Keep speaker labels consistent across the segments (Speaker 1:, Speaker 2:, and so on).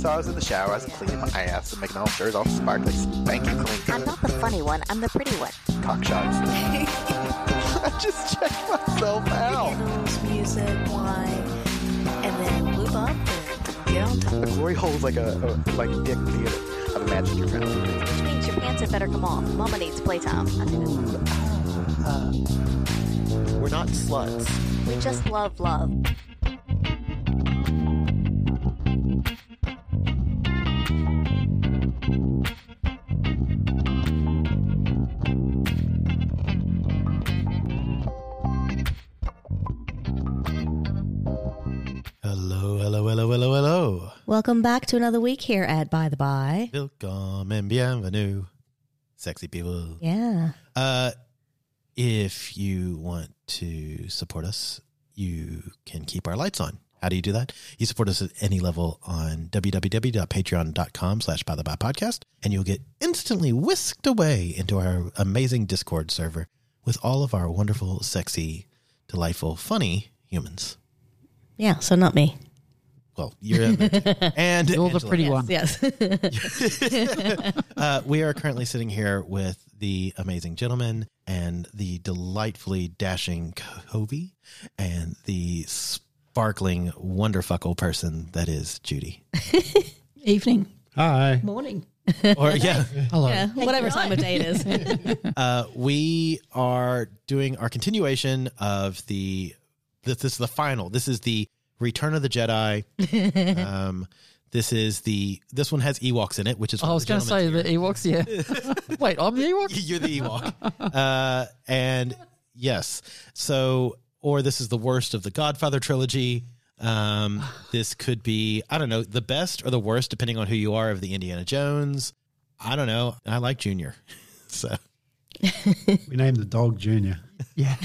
Speaker 1: So I was in the shower, I was cleaning my ass and making all dirt all sparkly, spanky
Speaker 2: I'm
Speaker 1: clean,
Speaker 2: not the funny one. I'm the pretty one.
Speaker 1: cock shots. I just checked myself out.
Speaker 3: Candles, music, wine, and then lube up and get on top.
Speaker 1: The glory hole is like a, a like dick theater. I've imagined your friend.
Speaker 2: Which means your pants had better come off. Mama needs playtime. I think that's-
Speaker 4: Uh,
Speaker 1: We're not sluts.
Speaker 2: We just love love.
Speaker 4: Hello, hello, hello, hello, hello.
Speaker 5: Welcome back to another week here at By the By.
Speaker 4: Welcome and bienvenue, sexy people.
Speaker 5: Yeah.
Speaker 4: Uh, if you want to support us, you can keep our lights on. How do you do that? You support us at any level on www.patreon.com slash by the by podcast, and you'll get instantly whisked away into our amazing Discord server with all of our wonderful, sexy, delightful, funny humans.
Speaker 5: Yeah, so not me.
Speaker 4: Well, you're in there too. and
Speaker 6: You're the
Speaker 4: Angela.
Speaker 6: pretty one.
Speaker 5: Yes.
Speaker 4: Uh, we are currently sitting here with the amazing gentleman and the delightfully dashing Kobe and the sparkling wonderfuckle person that is Judy.
Speaker 6: Evening.
Speaker 7: Hi.
Speaker 6: Morning.
Speaker 4: Or yeah,
Speaker 6: Hello.
Speaker 5: Yeah, whatever time of day it is.
Speaker 4: uh, we are doing our continuation of the. This, this is the final. This is the Return of the Jedi. Um, this is the. This one has Ewoks in it, which is. one
Speaker 6: Oh,
Speaker 4: of
Speaker 6: I was
Speaker 4: the
Speaker 6: going to
Speaker 4: gentlemen's
Speaker 6: say the Ewoks, yeah. Wait, I'm the Ewok?
Speaker 4: You're the Ewok. uh, and yes, so or this is the worst of the Godfather trilogy. Um, this could be I don't know the best or the worst depending on who you are of the Indiana Jones. I don't know. I like Junior, so
Speaker 7: We named the dog Junior.
Speaker 4: we named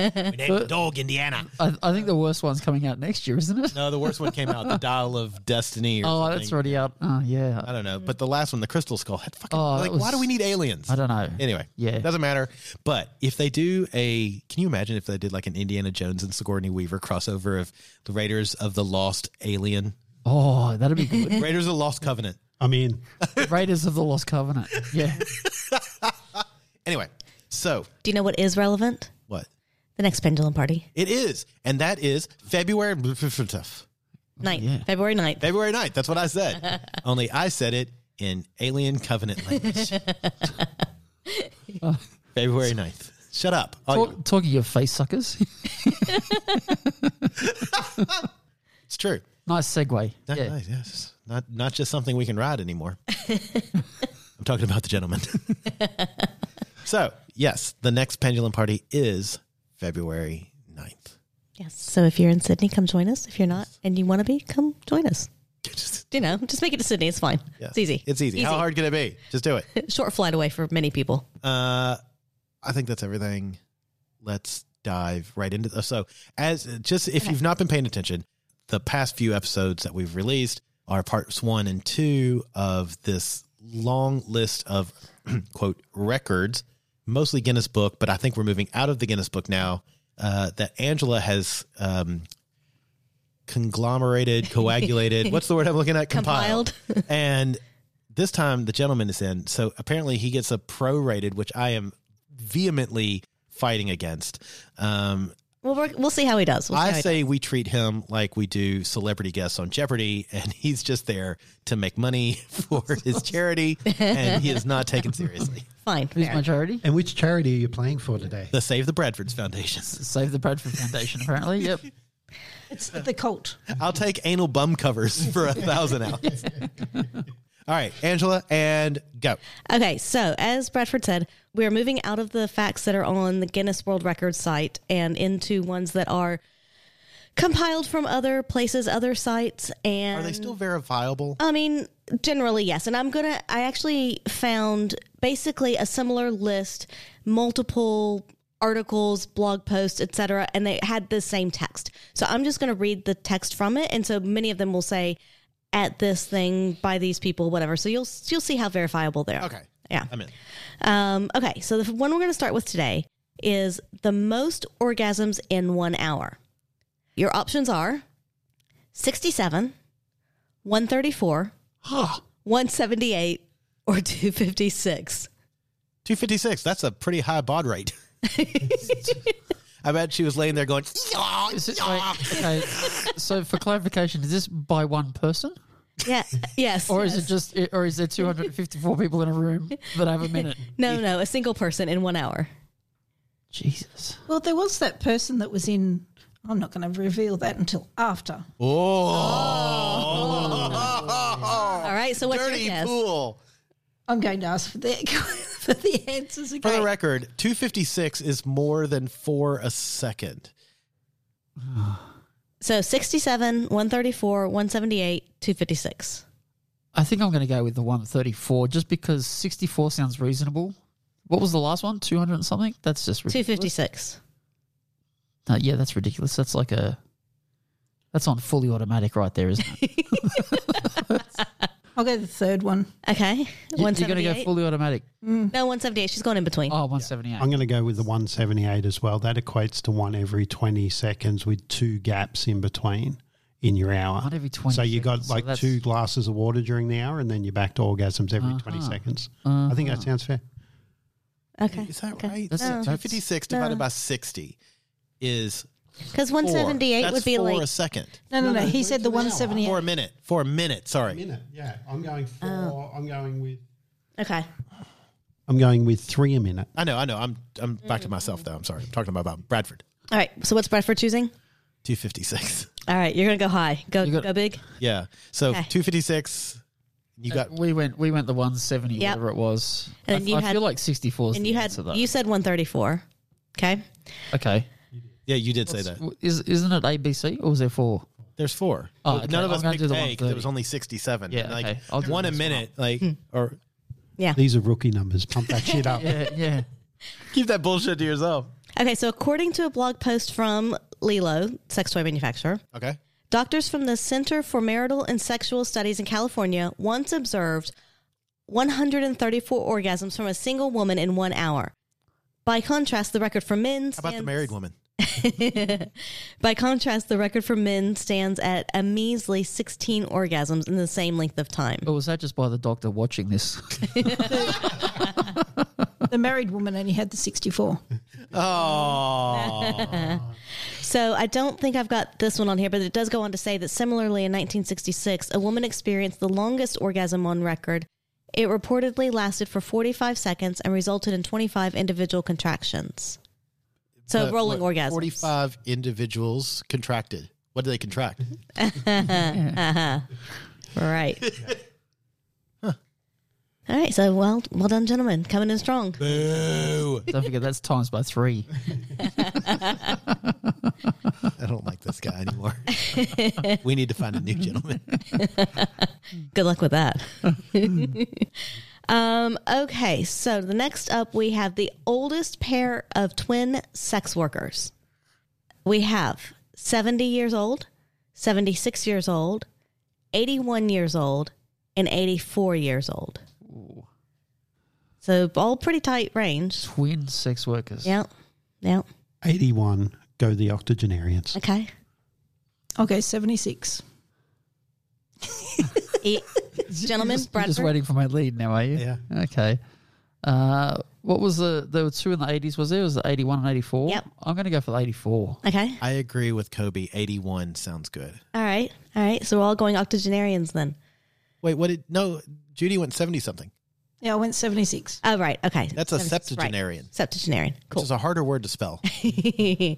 Speaker 4: the dog Indiana.
Speaker 6: I, I think the worst one's coming out next year, isn't it?
Speaker 4: No, the worst one came out, the Dial of Destiny. Or
Speaker 6: oh,
Speaker 4: something.
Speaker 6: that's already out. Oh, yeah.
Speaker 4: I don't know, but the last one, the Crystal Skull, had fucking
Speaker 6: Oh, that
Speaker 4: like why
Speaker 6: was-
Speaker 4: do we need aliens?
Speaker 6: I don't know.
Speaker 4: Anyway,
Speaker 6: Yeah.
Speaker 4: doesn't matter. But if they do a, can you imagine if they did like an Indiana Jones and Sigourney Weaver crossover of the Raiders of the Lost Alien,
Speaker 6: Oh, that'd be good.
Speaker 4: Raiders of the Lost Covenant?
Speaker 7: I mean,
Speaker 6: Raiders of the Lost Covenant. Yeah.
Speaker 4: Anyway, so
Speaker 5: Do you know what is relevant?
Speaker 4: what
Speaker 5: The next pendulum party.
Speaker 4: it is, and that is February February
Speaker 5: Night.
Speaker 6: Yeah.
Speaker 5: February 9th.
Speaker 4: 9th. That's what I said. Only I said it in Alien Covenant language. February 9th. Shut up. Oh,
Speaker 6: Talk, talking of face suckers.
Speaker 4: it's true.
Speaker 6: nice segue.
Speaker 4: Not,
Speaker 6: yeah.
Speaker 4: nice, yes. not not just something we can ride anymore. I'm talking about the gentleman. so, yes, the next pendulum party is February 9th.
Speaker 5: Yes. So if you're in Sydney, come join us. If you're not and you want to be, come join us. You know, just make it to Sydney. It's fine.
Speaker 4: Yeah.
Speaker 5: It's easy.
Speaker 4: It's easy. How hard can it be? Just do it.
Speaker 5: Short flight away for many people.
Speaker 4: Uh, I think that's everything. Let's dive right into the, so as just if you've not been paying attention, the past few episodes that we've released are parts one and two of this long list of quote records, mostly Guinness Book, but I think we're moving out of the Guinness Book now. Uh, that Angela has um, conglomerated, coagulated. what's the word I'm looking at?
Speaker 5: Compiled.
Speaker 4: and this time the gentleman is in. So apparently he gets a prorated, which I am vehemently fighting against. Um,
Speaker 5: Well, we're, we'll see how he does. We'll see how
Speaker 4: I
Speaker 5: he
Speaker 4: say we treat him like we do celebrity guests on Jeopardy, and he's just there to make money for his charity, and he is not taken seriously.
Speaker 5: does. fine.
Speaker 6: Who's
Speaker 5: Fair.
Speaker 6: my charity?
Speaker 7: and which charity are you playing for today?
Speaker 4: The Save the Bradfords Foundation.
Speaker 6: Save the Bradford Foundation, apparently. Yep.
Speaker 8: It's the cult.
Speaker 4: I'll take anal bum covers for a thousand hours. All right, Angela, and go.
Speaker 5: Okay, so as Bradford said, we are moving out of the facts that are on the Guinness World Records site and into ones that are compiled from other places, other sites, and
Speaker 4: Are they still verifiable?
Speaker 5: I mean, generally, yes. And I'm going to, I actually found basically a similar list, multiple articles, blog posts, etc., and they had the same text. So I'm just going to read the text from it. And so many of them will say, at this thing by these people, whatever. So you'll you'll see how verifiable they are.
Speaker 4: Okay.
Speaker 5: Yeah.
Speaker 4: I'm in.
Speaker 5: Um, okay, so the one we're going to start with today is the most orgasms in one hour. Your options are 67, 134, 178, or 256.
Speaker 4: 256. That's a pretty high bod rate. I bet she was laying there going,
Speaker 6: Is it- wait, okay, so for clarification, is this by one person,
Speaker 5: Yeah, yes.
Speaker 6: or is it just, or is there 254 people in a room that have a minute?
Speaker 5: No, no, a single person in one hour.
Speaker 6: Jesus.
Speaker 8: Well, there was that person that was in. I'm not going to reveal that until after.
Speaker 6: Oh.
Speaker 5: All right, so what's
Speaker 4: dirty
Speaker 5: your guess?
Speaker 4: pool.
Speaker 8: I'm going to ask for the for the answers
Speaker 4: For
Speaker 8: again.
Speaker 4: the record, 256 is more than four a second.
Speaker 5: So 67, 134, 178, 256.
Speaker 6: I think I'm going to go with the 134 just because 64 sounds reasonable. What was the last one? 200 and something? That's just ridiculous.
Speaker 5: 256.
Speaker 6: No, yeah, that's ridiculous. That's like a. That's on fully automatic right there, isn't it?
Speaker 8: I'll go the third one. Mm.
Speaker 5: Okay.
Speaker 6: You- You're going to go
Speaker 5: 178.
Speaker 6: fully automatic.
Speaker 5: no, 178. She's going in between.
Speaker 6: Oh, 178.
Speaker 7: I'm going to go with the 178 as well. That equates to one every 20 seconds with two gaps in between in your hour.
Speaker 6: One every 20
Speaker 7: So you got
Speaker 6: seconds, so
Speaker 7: like
Speaker 6: that's- Uh-huh.
Speaker 7: two glasses of water during the hour and then you're back to orgasms every 20 seconds. I think that sounds fair.
Speaker 5: Okay.
Speaker 4: Is that
Speaker 5: okay.
Speaker 4: right?
Speaker 6: That's- that's-
Speaker 4: 256 divided by 60 is
Speaker 5: Oh. Because
Speaker 4: four.
Speaker 5: 178
Speaker 4: That's
Speaker 5: would be
Speaker 4: four
Speaker 5: like
Speaker 4: a second.
Speaker 8: No, no, no. he said the
Speaker 4: Four
Speaker 8: 178.
Speaker 4: a minute. Four a minute. Sorry.
Speaker 7: Minute, yeah. I'm going for, I'm going with.
Speaker 5: Oh. okay.
Speaker 7: I'm going with three a minute.
Speaker 4: I know, I know. I'm I'm back to myself though. I'm sorry. I'm talking about, about Bradford.
Speaker 5: All right. So what's Bradford choosing?
Speaker 4: 256.
Speaker 5: All right, you're gonna go high. Go
Speaker 6: You got-
Speaker 5: go big.
Speaker 4: Yeah. So
Speaker 5: Okay.
Speaker 4: 256 you got
Speaker 6: we went we went the 170
Speaker 5: Yep.
Speaker 6: whatever it was.
Speaker 5: And
Speaker 6: I,
Speaker 5: then you
Speaker 6: I
Speaker 5: had-
Speaker 6: feel like 64 is
Speaker 5: And
Speaker 6: the
Speaker 5: you had
Speaker 6: answer, though.
Speaker 5: you said 134. Okay.
Speaker 6: okay.
Speaker 4: Yeah, you did say that.
Speaker 6: Is isn't it ABC or was there four?
Speaker 4: There's four.
Speaker 6: Oh,
Speaker 4: Well,
Speaker 6: okay.
Speaker 4: None of
Speaker 6: I'm
Speaker 4: us
Speaker 6: gonna
Speaker 4: picked
Speaker 6: do the
Speaker 4: A because
Speaker 6: 130.
Speaker 4: it was only 67.
Speaker 6: Yeah,
Speaker 4: like
Speaker 6: okay. I'll do
Speaker 4: one a
Speaker 6: this one.
Speaker 4: minute, like or
Speaker 5: Yeah.
Speaker 7: These are rookie numbers. Pump that shit up.
Speaker 6: Yeah, yeah.
Speaker 4: keep that bullshit to yourself.
Speaker 5: Okay. So according to a blog post from Lilo, sex toy manufacturer,
Speaker 4: Okay.
Speaker 5: doctors from the Center for Marital and Sexual Studies in California once observed 134 orgasms from a single woman in one hour. By contrast, the record for men
Speaker 4: How about the
Speaker 5: stands-
Speaker 4: married woman?
Speaker 5: By contrast, the record for men stands at a measly 16 orgasms in the same length of time.
Speaker 6: Or Oh, was that just by the doctor watching this?
Speaker 8: The married woman only had the 64.
Speaker 4: Oh.
Speaker 5: So I don't think I've got this one on here, but it does go on to say that similarly in 1966, a woman experienced the longest orgasm on record. It reportedly lasted for 45 seconds and resulted in 25 individual contractions. So
Speaker 4: Uh,
Speaker 5: rolling
Speaker 4: what,
Speaker 5: orgasms.
Speaker 4: 45 individuals contracted. What do they contract?
Speaker 5: Right. All right. So well, well done, gentlemen. Coming in strong.
Speaker 4: Boo.
Speaker 6: Don't forget that's times by three.
Speaker 4: I don't like this guy anymore. we need to find a new gentleman.
Speaker 5: Good luck with that. um, okay, so the next up we have the oldest pair of twin sex workers. We have 70 years old, 76 years old, 81 years old, and 84 years old. So all pretty tight range.
Speaker 6: Twin sex workers.
Speaker 5: Yep. Yep.
Speaker 7: 81. Go the octogenarians.
Speaker 5: Okay.
Speaker 8: I'll go 76.
Speaker 5: E- gentlemen,
Speaker 6: Just- You're just
Speaker 5: Bradford.
Speaker 6: waiting for my lead now, are you?
Speaker 7: Yeah.
Speaker 6: Okay. Uh, what was the there were two in the eighties, was there? Was it eighty one and eighty four?
Speaker 5: Yep.
Speaker 6: I'm gonna go for the eighty four.
Speaker 5: Okay.
Speaker 4: I agree with Kobe. 81 sounds good.
Speaker 5: All right. All right. So we're all going octogenarians then.
Speaker 4: Wait, what did no, Judy went 70 something.
Speaker 8: Yeah, I went 76.
Speaker 5: Oh, right. Okay.
Speaker 4: That's a
Speaker 5: Right.
Speaker 4: septuagenarian.
Speaker 5: Septuagenarian.
Speaker 4: Which
Speaker 5: Cool.
Speaker 4: is a harder word to spell.
Speaker 5: In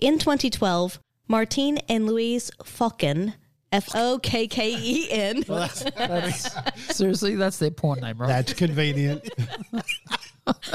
Speaker 5: 2012, Martine and Louise Falken, F O K K E N,
Speaker 6: Seriously, that's their porn name, right?
Speaker 7: That's convenient.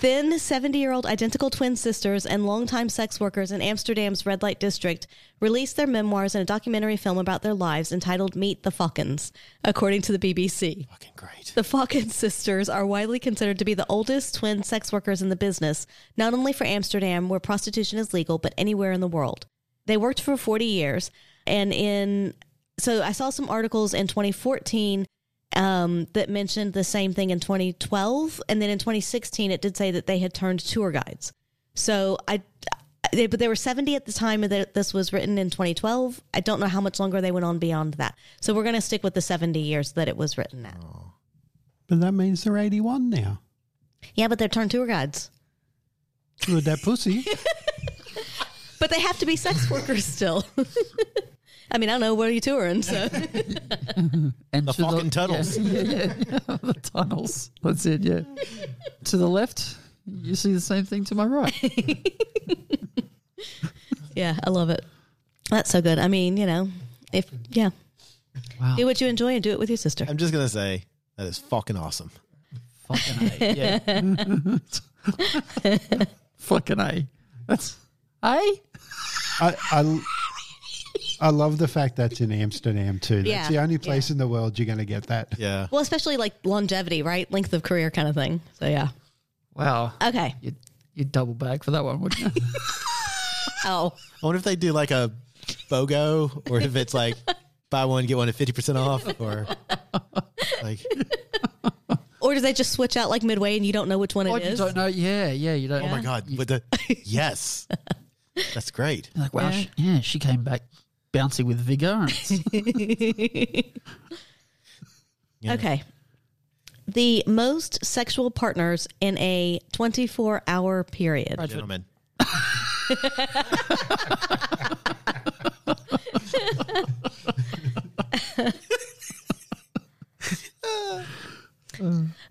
Speaker 5: Then 70 year old identical twin sisters and longtime sex workers in Amsterdam's red light district released their memoirs in a documentary film about their lives entitled Meet the Falcons, according to the BBC.
Speaker 4: Fucking great.
Speaker 5: The Falcon sisters are widely considered to be the oldest twin sex workers in the business, not only for Amsterdam, where prostitution is legal, but anywhere in the world. They worked for 40 years. And in, so I saw some articles in 2014 um, that mentioned the same thing in 2012. And then in 2016, it did say that they had turned tour guides. So I, they, but they were 70 at the time that this was written in 2012. I don't know how much longer they went on beyond that. So we're going to stick with the 70 years that it was written at.
Speaker 7: But that means they're 81 now.
Speaker 5: Yeah, but they're turned tour guides.
Speaker 7: With that pussy.
Speaker 5: But they have to be sex workers still. I mean, I don't know where you touring, so
Speaker 6: And
Speaker 4: The
Speaker 6: to
Speaker 4: fucking tunnels.
Speaker 6: Yeah, yeah, yeah. the tunnels. That's it. Yeah. to the left, you see the same thing. To my right,
Speaker 5: yeah, I love it. That's so good. I mean, you know, if yeah,
Speaker 6: Wow.
Speaker 5: do what you enjoy and do it with your sister.
Speaker 4: I'm just gonna say that is fucking awesome.
Speaker 6: fucking a. Yeah. fucking a. That's a.
Speaker 7: I, I, I love the fact that's in Amsterdam too. That's
Speaker 5: Yeah,
Speaker 7: the only place in the world you're going to get that.
Speaker 4: Yeah.
Speaker 5: Well, especially like longevity, right? Length of career kind of thing. So yeah.
Speaker 6: Wow.
Speaker 5: Okay.
Speaker 6: You you double bag for that one, wouldn't you?
Speaker 5: Oh,
Speaker 4: I wonder if they do like a BOGO or if it's like buy one get one at fifty percent off or like
Speaker 5: or do they just switch out like midway and you don't know which one
Speaker 6: oh,
Speaker 5: it
Speaker 6: you
Speaker 5: is?
Speaker 6: don't know. Yeah, yeah. You don't.
Speaker 4: oh my god, but the yes, that's great.
Speaker 6: You're like wow. She, yeah, she came back bouncy with vigor. And it's-
Speaker 5: Okay. The most sexual partners in a 24 hour period.
Speaker 4: Gentlemen,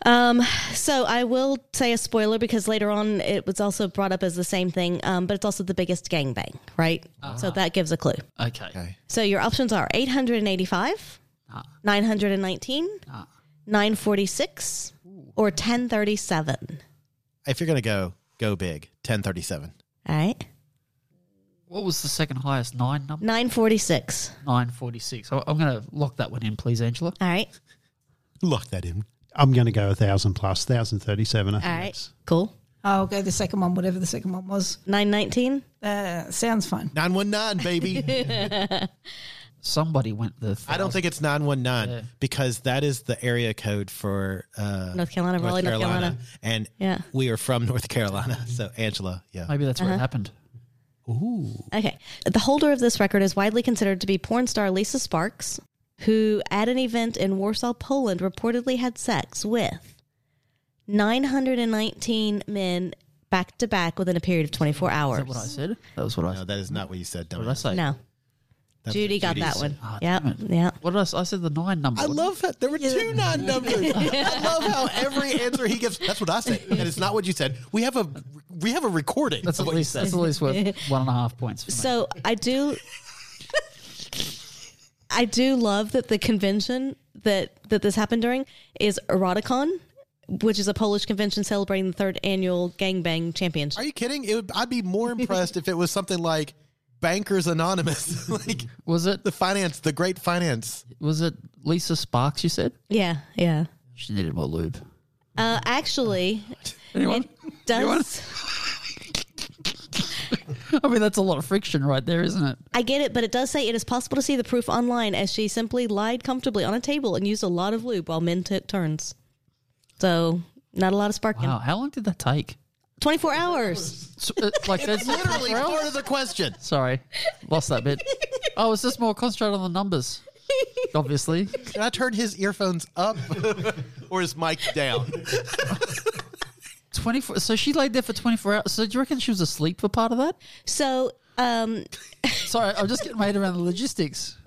Speaker 5: Um, so I will say a spoiler because later on it was also brought up as the same thing, um, but it's also the biggest gangbang, right? So that gives a clue.
Speaker 6: okay.
Speaker 5: So your options are 885, 919, 946, or 1037.
Speaker 4: if you're gonna go, go big. Ten thirty seven.
Speaker 5: All right.
Speaker 6: What was the second highest? Nine number.
Speaker 5: 946.
Speaker 6: Nine forty six. I'm going to lock that one in, please, Angela.
Speaker 5: All right.
Speaker 7: Lock that in. I'm going to go a thousand plus, thousand thirty-seven. I think
Speaker 5: All right.
Speaker 7: that's-
Speaker 5: Cool.
Speaker 8: I'll go Oh, the second one, whatever the second one was.
Speaker 5: 919.
Speaker 8: Uh, sounds fun.
Speaker 4: Nine one nine, baby.
Speaker 6: Somebody went the.
Speaker 4: I don't think it's nine one nine because that is the area code for uh,
Speaker 5: North Carolina, Raleigh, North Carolina.
Speaker 4: and
Speaker 5: Yeah. Uh-huh.
Speaker 4: we are from North Carolina. So Angela, yeah,
Speaker 6: Maybe that's what happened.
Speaker 5: Okay. The holder of this record is widely considered to be porn star Lisa Sparks, who at an event in Warsaw, Poland, reportedly had sex with 919 men back to back within a period of 24
Speaker 6: Is
Speaker 5: hours.
Speaker 6: that what I said? That was what I.
Speaker 4: no, that is not what you said.
Speaker 6: What did I
Speaker 4: Dumbass.
Speaker 6: say?
Speaker 5: No.
Speaker 4: That's
Speaker 5: Judy
Speaker 4: what
Speaker 5: got
Speaker 4: Judy
Speaker 5: that
Speaker 4: said.
Speaker 5: one.
Speaker 6: Ah,
Speaker 5: Yeah.
Speaker 6: damn it.
Speaker 5: Yeah.
Speaker 6: What did I? s- I said the nine number.
Speaker 4: I
Speaker 6: wasn't
Speaker 4: love that. There were two nine numbers. I love how every answer he gives. That's what I said, and it's not what you said. We have a we have a recording.
Speaker 6: That's
Speaker 4: of
Speaker 6: at
Speaker 4: what you
Speaker 6: least
Speaker 4: said.
Speaker 6: that's at least worth one and a half points. For me.
Speaker 5: So I do, I do love that the convention that that this happened during is Eroticon, which is a Polish convention celebrating the third annual gangbang championship.
Speaker 4: Are you kidding? It would, I'd be more impressed if it was something like Bankers Anonymous, like
Speaker 6: was it
Speaker 4: the finance, the great finance.
Speaker 6: was it Lisa Sparks? You said
Speaker 5: Yeah, yeah.
Speaker 6: she needed more lube.
Speaker 5: Uh, actually,
Speaker 6: Anyone?
Speaker 5: it does.
Speaker 6: I mean, that's a lot of friction right there, isn't it?
Speaker 5: I get it, but it does say it is possible to see the proof online as she simply lied comfortably on a table and used a lot of lube while men took turns. So not a lot of sparking.
Speaker 6: Wow. How long did that take?
Speaker 5: Twenty four hours.
Speaker 6: So, uh, like that's
Speaker 4: Literally part of the question.
Speaker 6: Sorry, lost that bit. I was just more concentrated on the numbers. Obviously,
Speaker 4: Can I turn his earphones up or his mic down?
Speaker 6: twenty four. So she laid there for twenty four hours. So do you reckon she was asleep for part of that?
Speaker 5: So um,
Speaker 6: Sorry, I'm just getting my head around the logistics.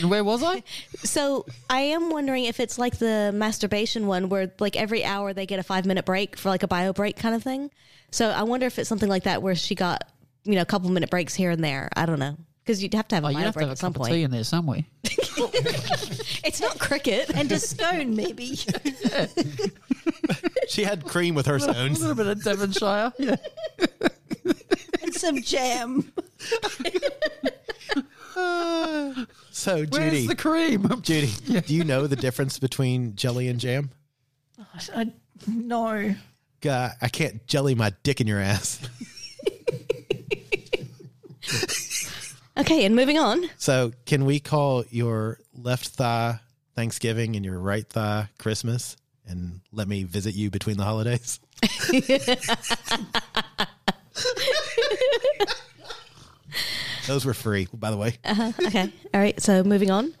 Speaker 6: And where was I?
Speaker 5: So I am wondering if it's like the masturbation one where like every hour they get a five minute break for like a bio break kind of thing. So I wonder if it's something like that where she got, you know, a couple minute breaks here and there. I don't know. Because you'd have to have a
Speaker 6: Oh, you
Speaker 5: bio
Speaker 6: have to
Speaker 5: break
Speaker 6: have a
Speaker 5: at some
Speaker 6: cup of
Speaker 5: point.
Speaker 6: tea in there somewhere.
Speaker 2: It's not cricket.
Speaker 8: and a scone maybe.
Speaker 4: She had cream with her
Speaker 6: A
Speaker 4: stones.
Speaker 6: little bit of Devonshire. Yeah.
Speaker 8: and some jam. Oh,
Speaker 4: So
Speaker 6: Where's
Speaker 4: Judy,
Speaker 6: the cream?
Speaker 4: Judy, do you know the difference between jelly and jam?
Speaker 8: I, I no.
Speaker 4: God, I can't jelly my dick in your ass.
Speaker 5: Okay, and moving on.
Speaker 4: So can we call your left thigh Thanksgiving and your right thigh Christmas? And let me visit you between the holidays. Those were free, by the way.
Speaker 5: Uh-huh, Okay, all right. So moving on,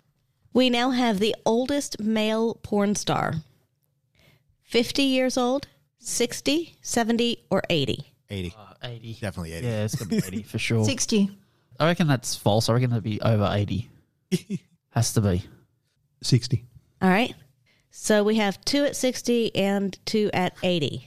Speaker 5: we now have the oldest male porn star: fifty years old, 60, 70, or eighty.
Speaker 4: 80.
Speaker 6: 80.
Speaker 4: Definitely 80.
Speaker 6: Yeah, it's going to be 80 for sure.
Speaker 8: 60.
Speaker 6: I reckon that's false. I reckon that'd be over 80. Has to be.
Speaker 7: 60.
Speaker 5: All right. So we have two at 60 and two at 80.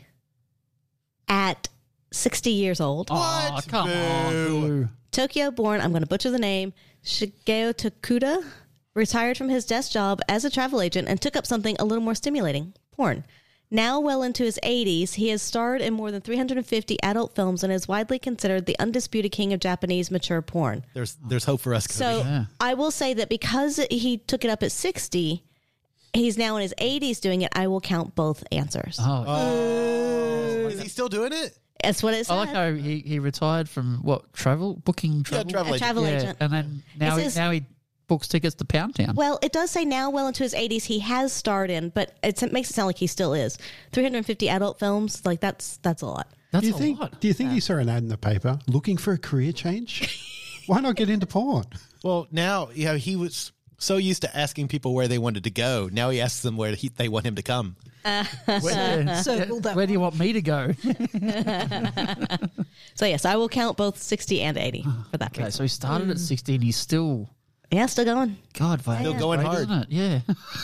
Speaker 5: At 60 years old,
Speaker 6: Oh, come on. boo.
Speaker 5: Tokyo born, I'm going to butcher the name, Shigeo Takuda retired from his desk job as a travel agent and took up something a little more stimulating porn. Now, well into his 80s, he has starred in more than 350 adult films and is widely considered the undisputed king of Japanese mature porn.
Speaker 4: There's there's hope for us.
Speaker 5: So
Speaker 4: Cody.
Speaker 5: I will say that because he took it up at 60, he's now in his 80s doing it. I will count both answers.
Speaker 6: Oh,
Speaker 4: is he still doing it?
Speaker 5: That's what it said.
Speaker 6: I like how he, he retired from what travel booking travel.
Speaker 4: travel
Speaker 5: a travel
Speaker 6: Yeah,
Speaker 5: agent.
Speaker 6: and then now
Speaker 5: It
Speaker 6: he,
Speaker 5: says-
Speaker 6: now he books tickets to Pound Town.
Speaker 5: Well, it does say now, well into his 80s, he has starred in, but it's, it makes it sound like he still is. 350 adult films, like that's that's a lot.
Speaker 6: That's
Speaker 7: Do you
Speaker 6: a
Speaker 7: think?
Speaker 6: lot.
Speaker 7: Do you think you saw an ad in the paper looking for a career change? Why not get into porn?
Speaker 4: Well, now you know, he was so used to asking people where they wanted to go. Now he asks them where he, they want him to come.
Speaker 6: Yeah.
Speaker 8: Circle that
Speaker 6: Where do you want me to go?
Speaker 5: So yes, I will count both 60 and 80 for that.
Speaker 6: okay,
Speaker 5: reason.
Speaker 6: so he started at 16. He's still
Speaker 5: yeah, still going.
Speaker 6: God,
Speaker 4: Still going hard.
Speaker 6: isn't it? Yeah.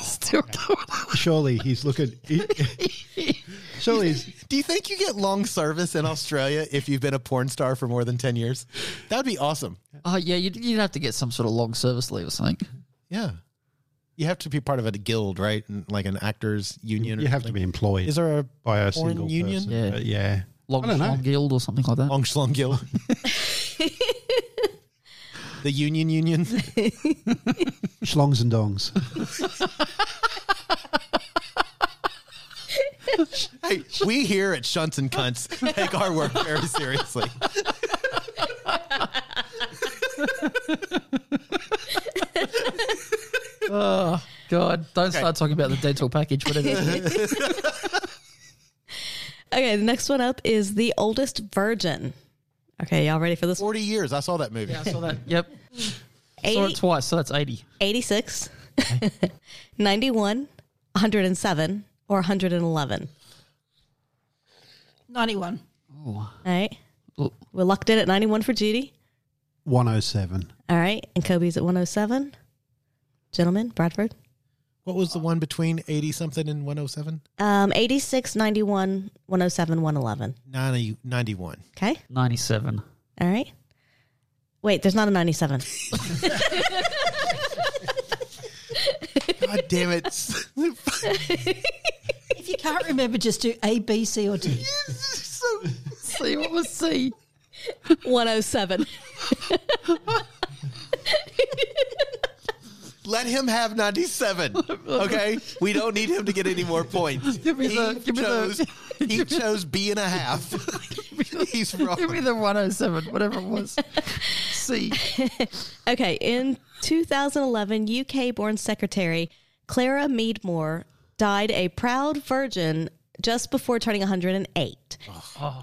Speaker 6: still going.
Speaker 7: Surely he's looking. he- surely he's,
Speaker 4: Do you think you get long service in Australia if you've been a porn star for more than 10 years? That would be awesome.
Speaker 6: Oh yeah, you'd, you'd have to get some sort of long service leave or something.
Speaker 4: Yeah. You have to be part of a guild, right? And Like an actors union. or
Speaker 7: you have to
Speaker 4: something.
Speaker 7: be employed
Speaker 4: Is there a
Speaker 7: by a
Speaker 4: porn
Speaker 7: single
Speaker 4: union?
Speaker 7: person.
Speaker 6: Yeah.
Speaker 7: but yeah.
Speaker 6: Long,
Speaker 7: I don't know.
Speaker 6: long guild or something like that.
Speaker 4: long schlong guild? the union union?
Speaker 7: Schlongs and dongs.
Speaker 4: hey, we here at Shunts and Cunts take our work very seriously.
Speaker 6: Oh God, don't start talking about the dental package. Whatever. it is.
Speaker 5: Okay, the next one up is the oldest virgin. Okay, y'all ready for this?
Speaker 4: 40 years. I saw that movie.
Speaker 6: I saw that. Yep. Saw
Speaker 5: 80,
Speaker 6: it twice, so that's eighty.
Speaker 5: 86, 91, 107, or 111.
Speaker 8: 91.
Speaker 5: All right.
Speaker 6: Well-
Speaker 5: We're locked in at 91 for Judy.
Speaker 7: 107.
Speaker 5: All right. And Kobe's at 107. Gentlemen, Bradford.
Speaker 4: What was the one between 80 something and 107?
Speaker 5: Um, 86, 91, 107, 111.
Speaker 4: 90, 91.
Speaker 5: Okay.
Speaker 6: Ninety-seven.
Speaker 5: All right. Wait, there's not a 97.
Speaker 4: God damn it.
Speaker 8: If you can't remember, just do A, B, C, or D.
Speaker 6: See what was C?
Speaker 5: 107.
Speaker 4: Let him have 97. Okay? We don't need him to get any more points. Give
Speaker 6: me
Speaker 4: he
Speaker 6: the- give me
Speaker 4: chose,
Speaker 6: the-
Speaker 4: He chose B and a half. He's wrong.
Speaker 6: Give me the one oh seven, whatever it was. C.
Speaker 5: Okay. In 2011, UK born secretary Clara Meadmore died a proud virgin just before turning 108.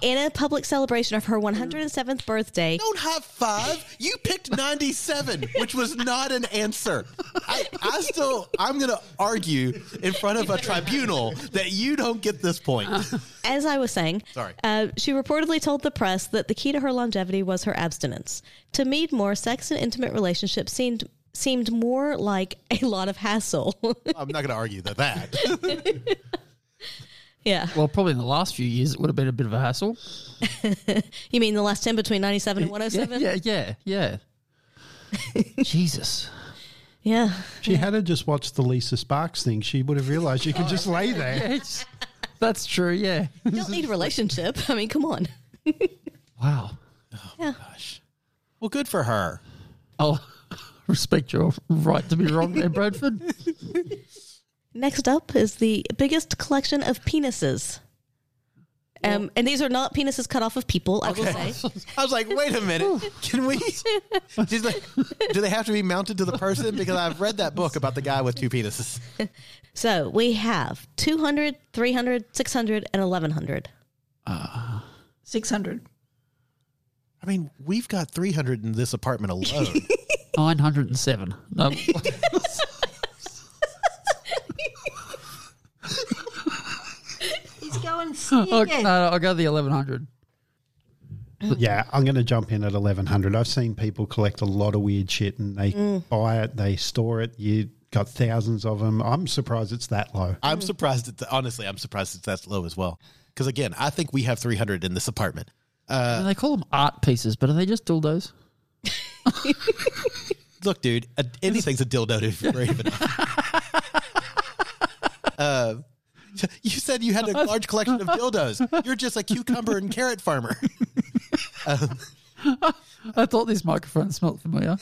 Speaker 5: In a public celebration of her 107th birthday,
Speaker 4: Don't high five. You picked 97, which was not an answer. I, I still, I'm going to argue in front of a tribunal that you don't get this point.
Speaker 5: as I was saying,
Speaker 4: Sorry.
Speaker 5: uh, she reportedly told the press that the key to her longevity was her abstinence. To Meadmore, sex and intimate relationships seemed seemed more like a lot of hassle.
Speaker 4: I'm not going to argue that that.
Speaker 5: yeah,
Speaker 6: Well, probably in the last few years, it would have been a bit of a hassle.
Speaker 5: you oh mean the last ten between ninety seven and one hundred
Speaker 6: Yeah,
Speaker 5: seven?
Speaker 6: yeah, yeah, yeah. Jesus.
Speaker 5: Yeah.
Speaker 7: She had to just watch the Lisa Sparks thing. She would have realized she could just lay there.
Speaker 6: It's- that's true. Yeah.
Speaker 5: You don't need a relationship. I mean, come on.
Speaker 6: Wow. Oh,
Speaker 4: Gosh. Well, good for her.
Speaker 6: I'll Oh, respect your right to be wrong there, Bradford.
Speaker 5: Next up is the biggest collection of penises. Um, and these are not penises cut off of people, I will say.
Speaker 4: I was like, wait a minute. Can we? She's like, do they have to be mounted to the person? Because I've read that book about the guy with two penises.
Speaker 5: So we have 200, 300, 600, and 1100. Uh,
Speaker 8: 600.
Speaker 4: I mean, we've got 300 in this apartment alone.
Speaker 6: 907. No.
Speaker 8: He's going see
Speaker 6: Oh,
Speaker 8: again.
Speaker 6: no, no, I'll go the 1100.
Speaker 7: Yeah, I'm going to jump in at 1100. I've seen people collect a lot of weird shit and they
Speaker 4: Mm.
Speaker 7: buy it, they store it. You got thousands of them. I'm surprised it's that low.
Speaker 5: Mm.
Speaker 4: I'm surprised. It's, honestly, I'm surprised it's that low as well. Because again, I think we have 300 in this apartment. Uh,
Speaker 6: I mean, they call them art pieces, but are they just dildos?
Speaker 4: Look, dude, a, anything's a dildo to brave enough. uh, you said you had a large collection of dildos. You're just a cucumber and carrot farmer. Um,
Speaker 6: I thought this microphone smelled familiar.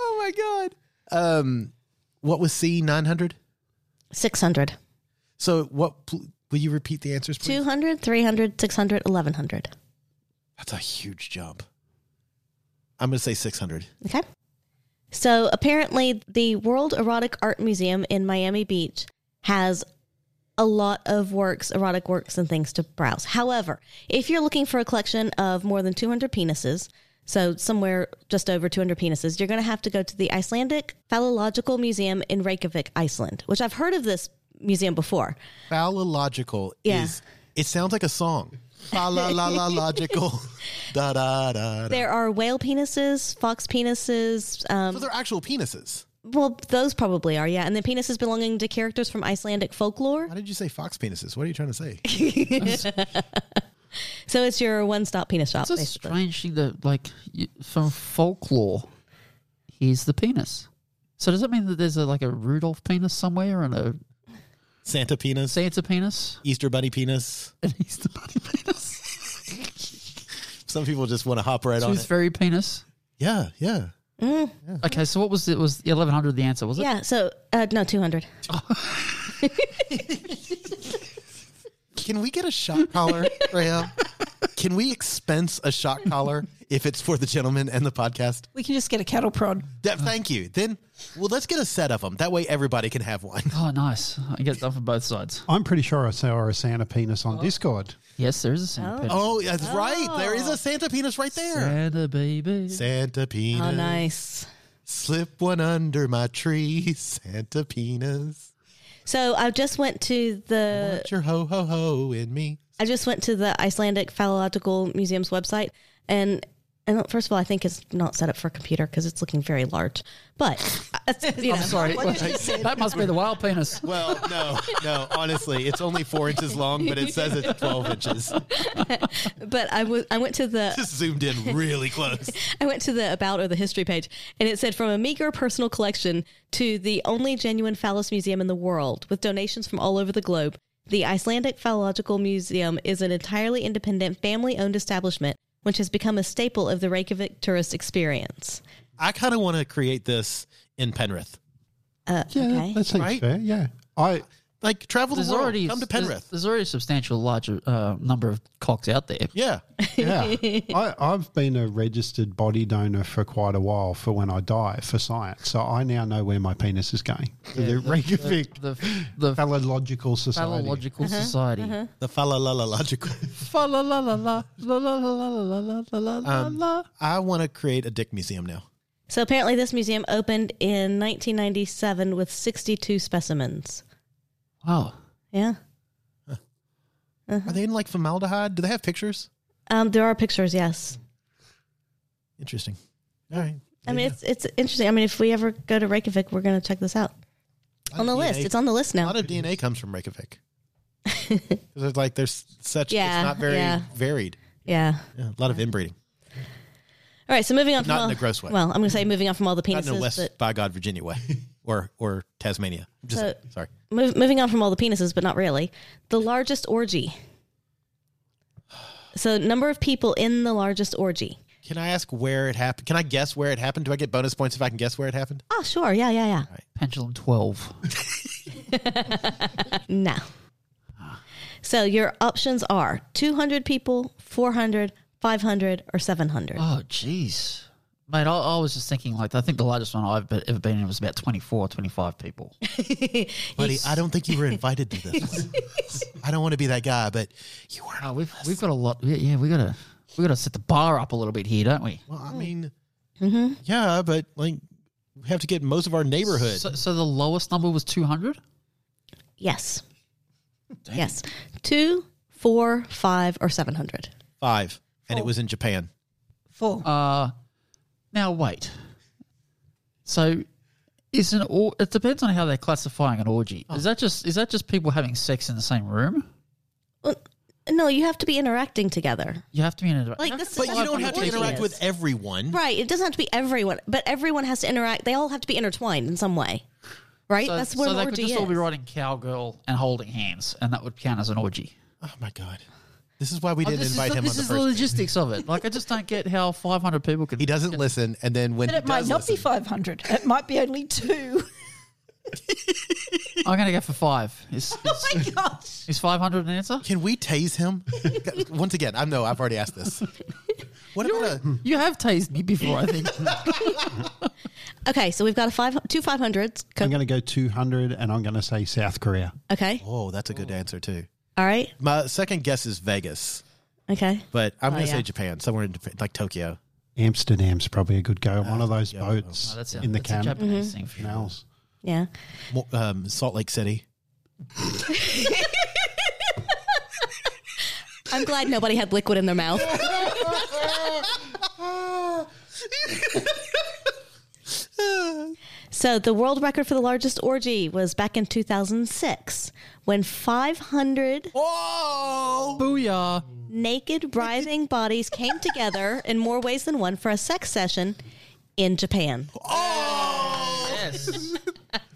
Speaker 4: Oh my god. Um, what was C nine hundred?
Speaker 5: 600.
Speaker 4: So what? Pl- will you repeat the answers, please?
Speaker 5: 200, 300, 600, 1100.
Speaker 4: That's a huge jump. I'm gonna say six hundred.
Speaker 5: Okay. So apparently, the World Erotic Art Museum in Miami Beach has a lot of works, erotic works, and things to browse. However, if you're looking for a collection of more than 200 penises, so somewhere just over 200 penises, you're going to have to go to the Icelandic Phallological Museum in Reykjavik, Iceland, which I've heard of this museum before.
Speaker 4: Phallological
Speaker 5: Yeah.
Speaker 4: is. It sounds like a song. Fa la la la logical. da da da. da.
Speaker 5: There are whale penises, fox penises, um,
Speaker 4: So they're actual penises.
Speaker 5: well, those probably are, yeah, and the penises belonging to characters from Icelandic folklore.
Speaker 4: Why did you say fox penises? What are you trying to say?
Speaker 5: So it's your one-stop penis shop.
Speaker 6: It's a
Speaker 5: basically.
Speaker 6: strange thing that, like, you, from folklore, here's the penis. So does that mean that there's a, like a Rudolph penis somewhere and a
Speaker 4: Santa penis,
Speaker 6: Santa penis
Speaker 4: Easter bunny penis.
Speaker 6: and he's the bunny penis,
Speaker 4: Some people just want to hop right on
Speaker 6: tooth
Speaker 4: it.
Speaker 6: fairy penis?
Speaker 4: Yeah, yeah.
Speaker 6: Okay, so what was it? Was the 1100 the answer? Was it?
Speaker 5: Mm. Yeah. So uh, no, two hundred.
Speaker 4: Can we get a shock collar, Graham? Can we expense a shock collar if it's for the gentleman and the podcast?
Speaker 8: We can just get a cattle prod.
Speaker 4: That, thank you. Then, well, let's get a set of them. That way, everybody can have one.
Speaker 6: Oh, nice. I get done from both sides.
Speaker 7: I'm pretty sure I saw a Santa penis on Discord.
Speaker 6: Yes, there is a Santa penis.
Speaker 4: Oh, that's right. There is a Santa penis right there.
Speaker 6: Santa baby.
Speaker 4: Santa penis.
Speaker 5: Oh, nice.
Speaker 4: Slip one under my tree. Santa penis.
Speaker 5: So I just went to the
Speaker 4: Put your ho ho ho in me.
Speaker 5: I just went to the Icelandic Phallological Museum's website, and and first of all, I think it's not set up for a computer because it's looking very large. But uh, I'm sorry.
Speaker 6: that must be the wild penis.
Speaker 4: Well, no, no. Honestly, it's only four inches long, but it says it's twelve inches.
Speaker 5: But I was I went to the
Speaker 4: Just zoomed in really close.
Speaker 5: I went to the about or the history page, and it said from a meager personal collection to the only genuine phallus museum in the world, with donations from all over the globe. The Icelandic Phallological Museum is an entirely independent, family owned establishment which has become a staple of the Reykjavik tourist experience.
Speaker 4: I kind of want to create this in Penrith.
Speaker 5: Uh,
Speaker 7: Yeah,
Speaker 5: okay.
Speaker 7: that seems
Speaker 4: Right?
Speaker 7: fair. Yeah. I
Speaker 4: Like travel
Speaker 6: There's
Speaker 4: the world,
Speaker 6: already
Speaker 4: come to
Speaker 6: there's-
Speaker 4: Penrith.
Speaker 6: There's, already a substantial larger uh, number of cocks out there.
Speaker 4: yeah.
Speaker 7: yeah. I, I've been a registered body donor for quite a while for when I die for science. So I now know where my penis is going. To the Reykjavik
Speaker 6: The the
Speaker 7: Phallological Society.
Speaker 6: phallological society.
Speaker 5: Uh-huh.
Speaker 4: The phallological.
Speaker 6: Fa la la la la la la la la la la la la la.
Speaker 4: Um, I want to create a dick museum now.
Speaker 5: So apparently, this museum opened in 1997 with 62 specimens.
Speaker 6: Wow.
Speaker 5: Yeah.
Speaker 4: Are they in like formaldehyde? Do they have pictures?
Speaker 5: Um, there are pictures, yes.
Speaker 4: Interesting. All right.
Speaker 5: I mean, it's it's interesting. I mean, if we ever go to Reykjavik, we're going to check this out. On the
Speaker 4: DNA
Speaker 5: list, it's on the list
Speaker 4: Uh, A
Speaker 5: now.
Speaker 4: lot of DNA comes from Reykjavik. 'Cause it's like there's such.
Speaker 5: Yeah,
Speaker 4: It's not very
Speaker 5: yeah.
Speaker 4: varied.
Speaker 5: Yeah.
Speaker 4: Yeah, a lot of inbreeding.
Speaker 5: All right, so moving on. from
Speaker 4: Not in
Speaker 5: all,
Speaker 4: a gross way.
Speaker 5: Well, I'm going to say moving on from all the
Speaker 4: Not in a
Speaker 5: penises,
Speaker 4: West
Speaker 5: but
Speaker 4: by God Virginia way or or Tasmania. I'm just
Speaker 5: So-
Speaker 4: saying. sorry.
Speaker 5: move, moving on from all the penises, but not really. The largest orgy. So number of people in the largest orgy.
Speaker 4: Can I ask where it happened? Can I guess where it happened? Do I get bonus points if I can guess where it happened?
Speaker 5: Oh, sure. Yeah, yeah, yeah.
Speaker 6: Pendulum 12.
Speaker 5: No. So your options are 200 people, 400, 500, or 700.
Speaker 6: Oh, jeez. Mate, I, I was just thinking, like, I think the largest one I've be- ever been in was about 24, 25 people.
Speaker 4: Buddy, I don't think you were invited to this. I don't want to be that guy, but you weren't.
Speaker 6: Oh, we've, we've got a lot. Yeah, yeah we got to we got to set the bar up a little bit here, don't we?
Speaker 4: Well,
Speaker 5: Hmm.
Speaker 4: I mean,
Speaker 5: Mm-hmm.
Speaker 4: yeah, but like we have to get most of our neighborhood.
Speaker 6: So, so the lowest number was 200?
Speaker 5: Yes. Yes. Two, four, five, or 700.
Speaker 4: Five, and it was in Japan.
Speaker 8: Four.
Speaker 6: Uh, now, wait. So is an or- it depends on how they're classifying an orgy.
Speaker 5: Oh.
Speaker 6: Is that just is that just people having sex in the same room?
Speaker 5: Well, no, you have to be interacting together.
Speaker 6: You have to be in a
Speaker 5: Like this
Speaker 4: But
Speaker 5: is
Speaker 4: you don't
Speaker 5: what
Speaker 4: have to
Speaker 5: orgy
Speaker 4: interact
Speaker 5: is.
Speaker 4: with everyone.
Speaker 5: Right. It doesn't have to be everyone, but everyone has to interact. They all have to be intertwined in some way. Right?
Speaker 6: So,
Speaker 5: That's what
Speaker 6: so
Speaker 5: an
Speaker 6: they could
Speaker 5: orgy
Speaker 6: just
Speaker 5: is.
Speaker 6: all be riding cowgirl and holding hands, and that would count as an orgy.
Speaker 4: Oh my god, this is why we
Speaker 6: Oh,
Speaker 4: didn't
Speaker 6: this
Speaker 4: invite
Speaker 6: is,
Speaker 4: him
Speaker 6: this
Speaker 4: on the
Speaker 6: is
Speaker 4: first.
Speaker 6: logistics of it. Like, I just don't get how 500 people can.
Speaker 4: He doesn't listen, and then when
Speaker 8: But
Speaker 4: he
Speaker 8: it might
Speaker 4: does
Speaker 8: not
Speaker 4: listen,
Speaker 8: be 500. It might be only two.
Speaker 6: I'm going to go for five. Is, is,
Speaker 8: My gosh.
Speaker 6: is 500 an answer?
Speaker 4: can we tase him? Once again, I know I've already asked this. What about a,
Speaker 6: You have tased me before, I think.
Speaker 5: Okay, so we've got a five, two 500s.
Speaker 7: I'm going to go 200 and I'm going to say South Korea.
Speaker 5: Okay.
Speaker 4: oh, that's a good answer too.
Speaker 5: All right.
Speaker 4: My second guess is Vegas,
Speaker 5: Okay.
Speaker 4: but I'm
Speaker 5: Oh,
Speaker 4: gonna
Speaker 5: yeah.
Speaker 4: say Japan, somewhere in Japan, like Tokyo.
Speaker 7: Amsterdam's probably a good go. on One of those boats
Speaker 6: No, Oh, that's a,
Speaker 7: in the
Speaker 6: that's a
Speaker 7: camp.
Speaker 6: Japanese
Speaker 4: Mm-hmm.
Speaker 6: thing for sure.
Speaker 7: Canals.
Speaker 5: Mm-hmm. Yeah.
Speaker 4: Mo- Um, Salt Lake City.
Speaker 5: I'm glad nobody had liquid in their mouth. Oh. so the world record for the largest orgy was back in 2006 when 500
Speaker 4: Oh,
Speaker 6: Booyah.
Speaker 5: naked writhing bodies came together in more ways than one for a sex session in Japan.
Speaker 6: Yes.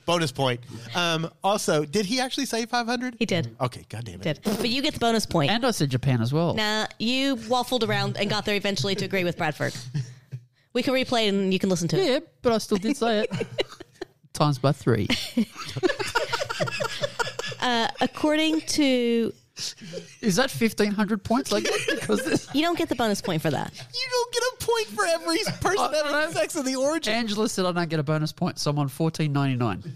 Speaker 4: bonus point. Um, also, did he actually say 500?
Speaker 5: He did.
Speaker 4: Okay, goddamn it.
Speaker 5: Did. But you get the bonus point.
Speaker 6: and I said Japan as well.
Speaker 5: Nah, you waffled around and got there eventually to agree with Bradford. We can replay it and you can listen to it.
Speaker 6: Yeah, but I still did say it. Times by three.
Speaker 5: Uh, According to
Speaker 6: Is that 1,500 points? Like, because this.
Speaker 5: you don't get the bonus point for that.
Speaker 4: You don't get a point for every person
Speaker 6: I
Speaker 4: having
Speaker 6: know.
Speaker 4: sex in the orgy.
Speaker 6: Angela said I don't get a bonus point, so I'm on 14.99.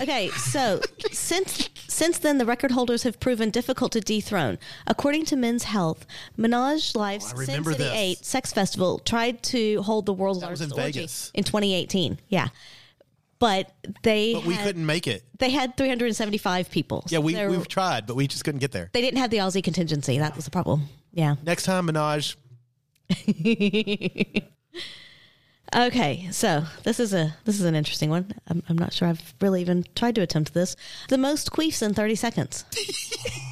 Speaker 5: Okay, so since since then the record holders have proven difficult to dethrone. According to Men's Health, Minaj Life's
Speaker 4: Oh, I
Speaker 5: Sin
Speaker 4: remember
Speaker 5: City
Speaker 4: this.
Speaker 5: 8 Sex Festival tried to hold the world's
Speaker 4: That was
Speaker 5: largest
Speaker 4: in
Speaker 5: orgy
Speaker 4: Vegas.
Speaker 5: in 2018. Yeah. But they
Speaker 4: But we
Speaker 5: had,
Speaker 4: couldn't make it.
Speaker 5: they had 375 people.
Speaker 4: Yeah, we,
Speaker 5: There-
Speaker 4: we've tried, but we just couldn't get there.
Speaker 5: they didn't have the Aussie contingency. That was the problem. Yeah.
Speaker 4: Next time, Minaj.
Speaker 5: Okay, so this is a this is an interesting one. I'm, I'm not sure I've really even tried to attempt this. The most queefs in 30 seconds.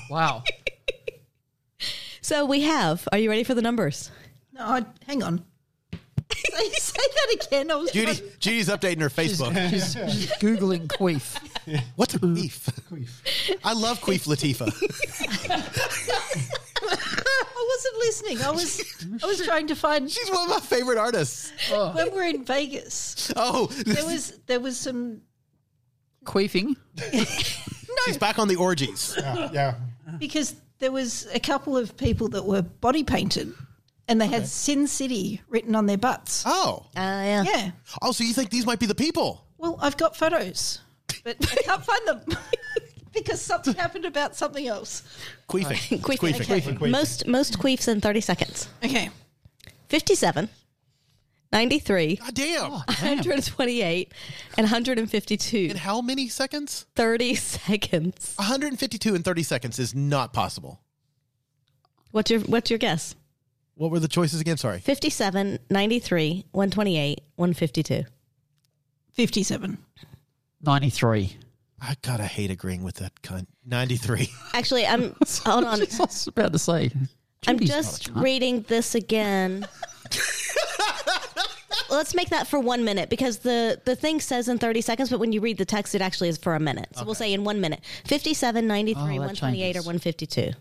Speaker 6: Wow.
Speaker 5: So we have. Are you ready for the numbers?
Speaker 8: No, I, hang on. Say, say that again. I was
Speaker 4: Judy, Judy's updating her Facebook.
Speaker 6: She's, she's Googling queef.
Speaker 4: What's a queef? I love queef Latifa.
Speaker 8: I wasn't listening. I was I was trying to find
Speaker 4: She's one of my favorite artists.
Speaker 8: when we were in Vegas.
Speaker 4: Oh,
Speaker 8: There was there was some
Speaker 6: Queefing?
Speaker 4: she's back on the orgies.
Speaker 7: Yeah.
Speaker 8: because there was a couple of people that were body painted and they had Sin City written on their butts.
Speaker 4: Oh.
Speaker 5: Uh, yeah.
Speaker 8: Yeah.
Speaker 4: Oh, so you think these might be the people?
Speaker 8: Well, I've got photos, but I can't find them because something happened about something else.
Speaker 4: Queefing.
Speaker 5: Queefing.
Speaker 4: Queefing.
Speaker 5: Most most queefs in 30 seconds.
Speaker 8: Okay.
Speaker 5: 57, 93,
Speaker 4: God damn.
Speaker 5: 128, and 152.
Speaker 4: In how many seconds?
Speaker 5: 30 seconds.
Speaker 4: 152 in 30 seconds is not possible.
Speaker 5: What's your what's your guess?
Speaker 4: What were the choices again? Sorry.
Speaker 5: 57, 93, 128, 152.
Speaker 8: 57.
Speaker 6: 93.
Speaker 4: I gotta hate agreeing with that cunt. 93.
Speaker 5: Actually, I'm hold on.
Speaker 6: That's what I was about to say.
Speaker 5: I'm
Speaker 6: Judy's
Speaker 5: just
Speaker 6: not a cunt.
Speaker 5: reading this again let's make that for one minute because the the thing says in 30 seconds, but when you read the text, it actually is for a minute. So we'll say in one minute, 57, 93,
Speaker 6: Oh, that
Speaker 5: 128, or
Speaker 6: changes.
Speaker 5: 152.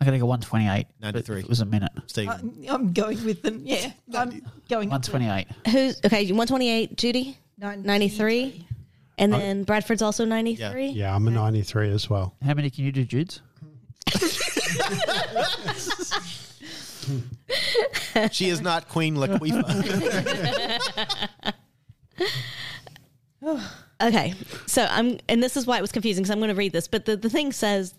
Speaker 6: I'm going to go 128. but
Speaker 4: 93.
Speaker 6: It was a minute. Uh,
Speaker 4: Steve,
Speaker 8: I'm, I'm going with them. Yeah,
Speaker 6: Um,
Speaker 8: I'm going.
Speaker 6: 128.
Speaker 5: Who's okay? 128, Judy, 93, and then Bradford's also 93.
Speaker 7: Yeah, I'm a 93 as well.
Speaker 6: How many can you do, Jude's?
Speaker 4: she is not Queen Laquifa.
Speaker 5: Okay, so I'm, and this is why it was confusing because I'm going to read this, but the, the thing says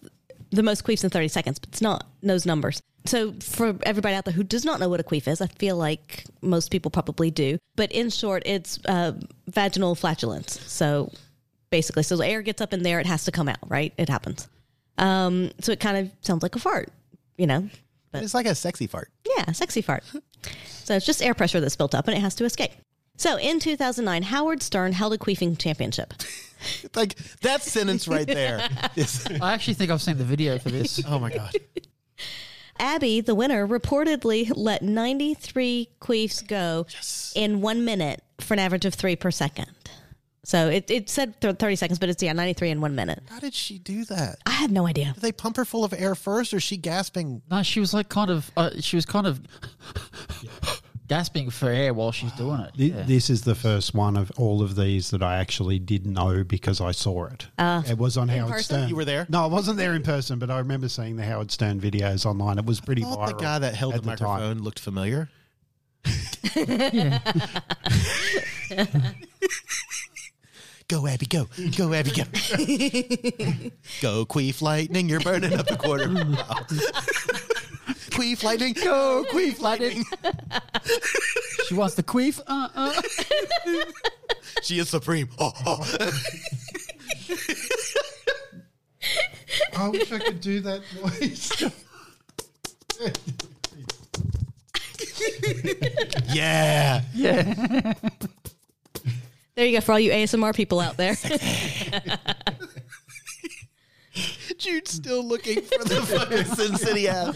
Speaker 5: the most queefs in 30 seconds, but it's not knows numbers. So for everybody out there who does not know what a queef is, I feel like most people probably do, but in short, it's uh, vaginal flatulence. So basically, so the air gets up in there, it has to come out, right? It happens. Um, so it kind of sounds like a fart, you know?
Speaker 4: it's like a sexy fart.
Speaker 5: Yeah, sexy fart. so it's just air pressure that's built up and it has to escape. So in 2009, Howard Stern held a queefing championship.
Speaker 4: Like that sentence right there. is-
Speaker 6: I actually think I've seen the video for this.
Speaker 4: oh my god.
Speaker 5: Abby, the winner, reportedly let 93 queefs go in one minute for an average of three per second. So it, it said th- 30 seconds, but it's, yeah, 93 in one minute.
Speaker 4: How did she do that?
Speaker 5: I have no idea.
Speaker 4: Did they pump her full of air first, or is she gasping?
Speaker 6: No, she was like kind of, uh, she was kind of gasping for air while she's doing it.
Speaker 7: Th-
Speaker 6: Yeah.
Speaker 7: This is the first one of all of these that I actually did know because I saw it.
Speaker 5: Uh.
Speaker 7: it was on Howard
Speaker 5: person?
Speaker 7: Stern.
Speaker 4: You were there?
Speaker 7: No, I wasn't there in person, but I remember seeing the Howard Stern videos online. It was pretty
Speaker 4: I
Speaker 7: viral.
Speaker 4: thought the guy that held the,
Speaker 7: at time.
Speaker 4: microphone looked familiar. go Abby, go, go Abby, go, go Queef Lightning, you're burning up the quarter. mile. queef Lightning, go Queef Lightning.
Speaker 6: She wants the queef. Uh, uh.
Speaker 4: Uh-uh. she is supreme. Oh, oh.
Speaker 7: I wish I could do that voice.
Speaker 4: yeah.
Speaker 5: There you go for all you ASMR people out there.
Speaker 4: Jude's still looking for the fucking Sin City app.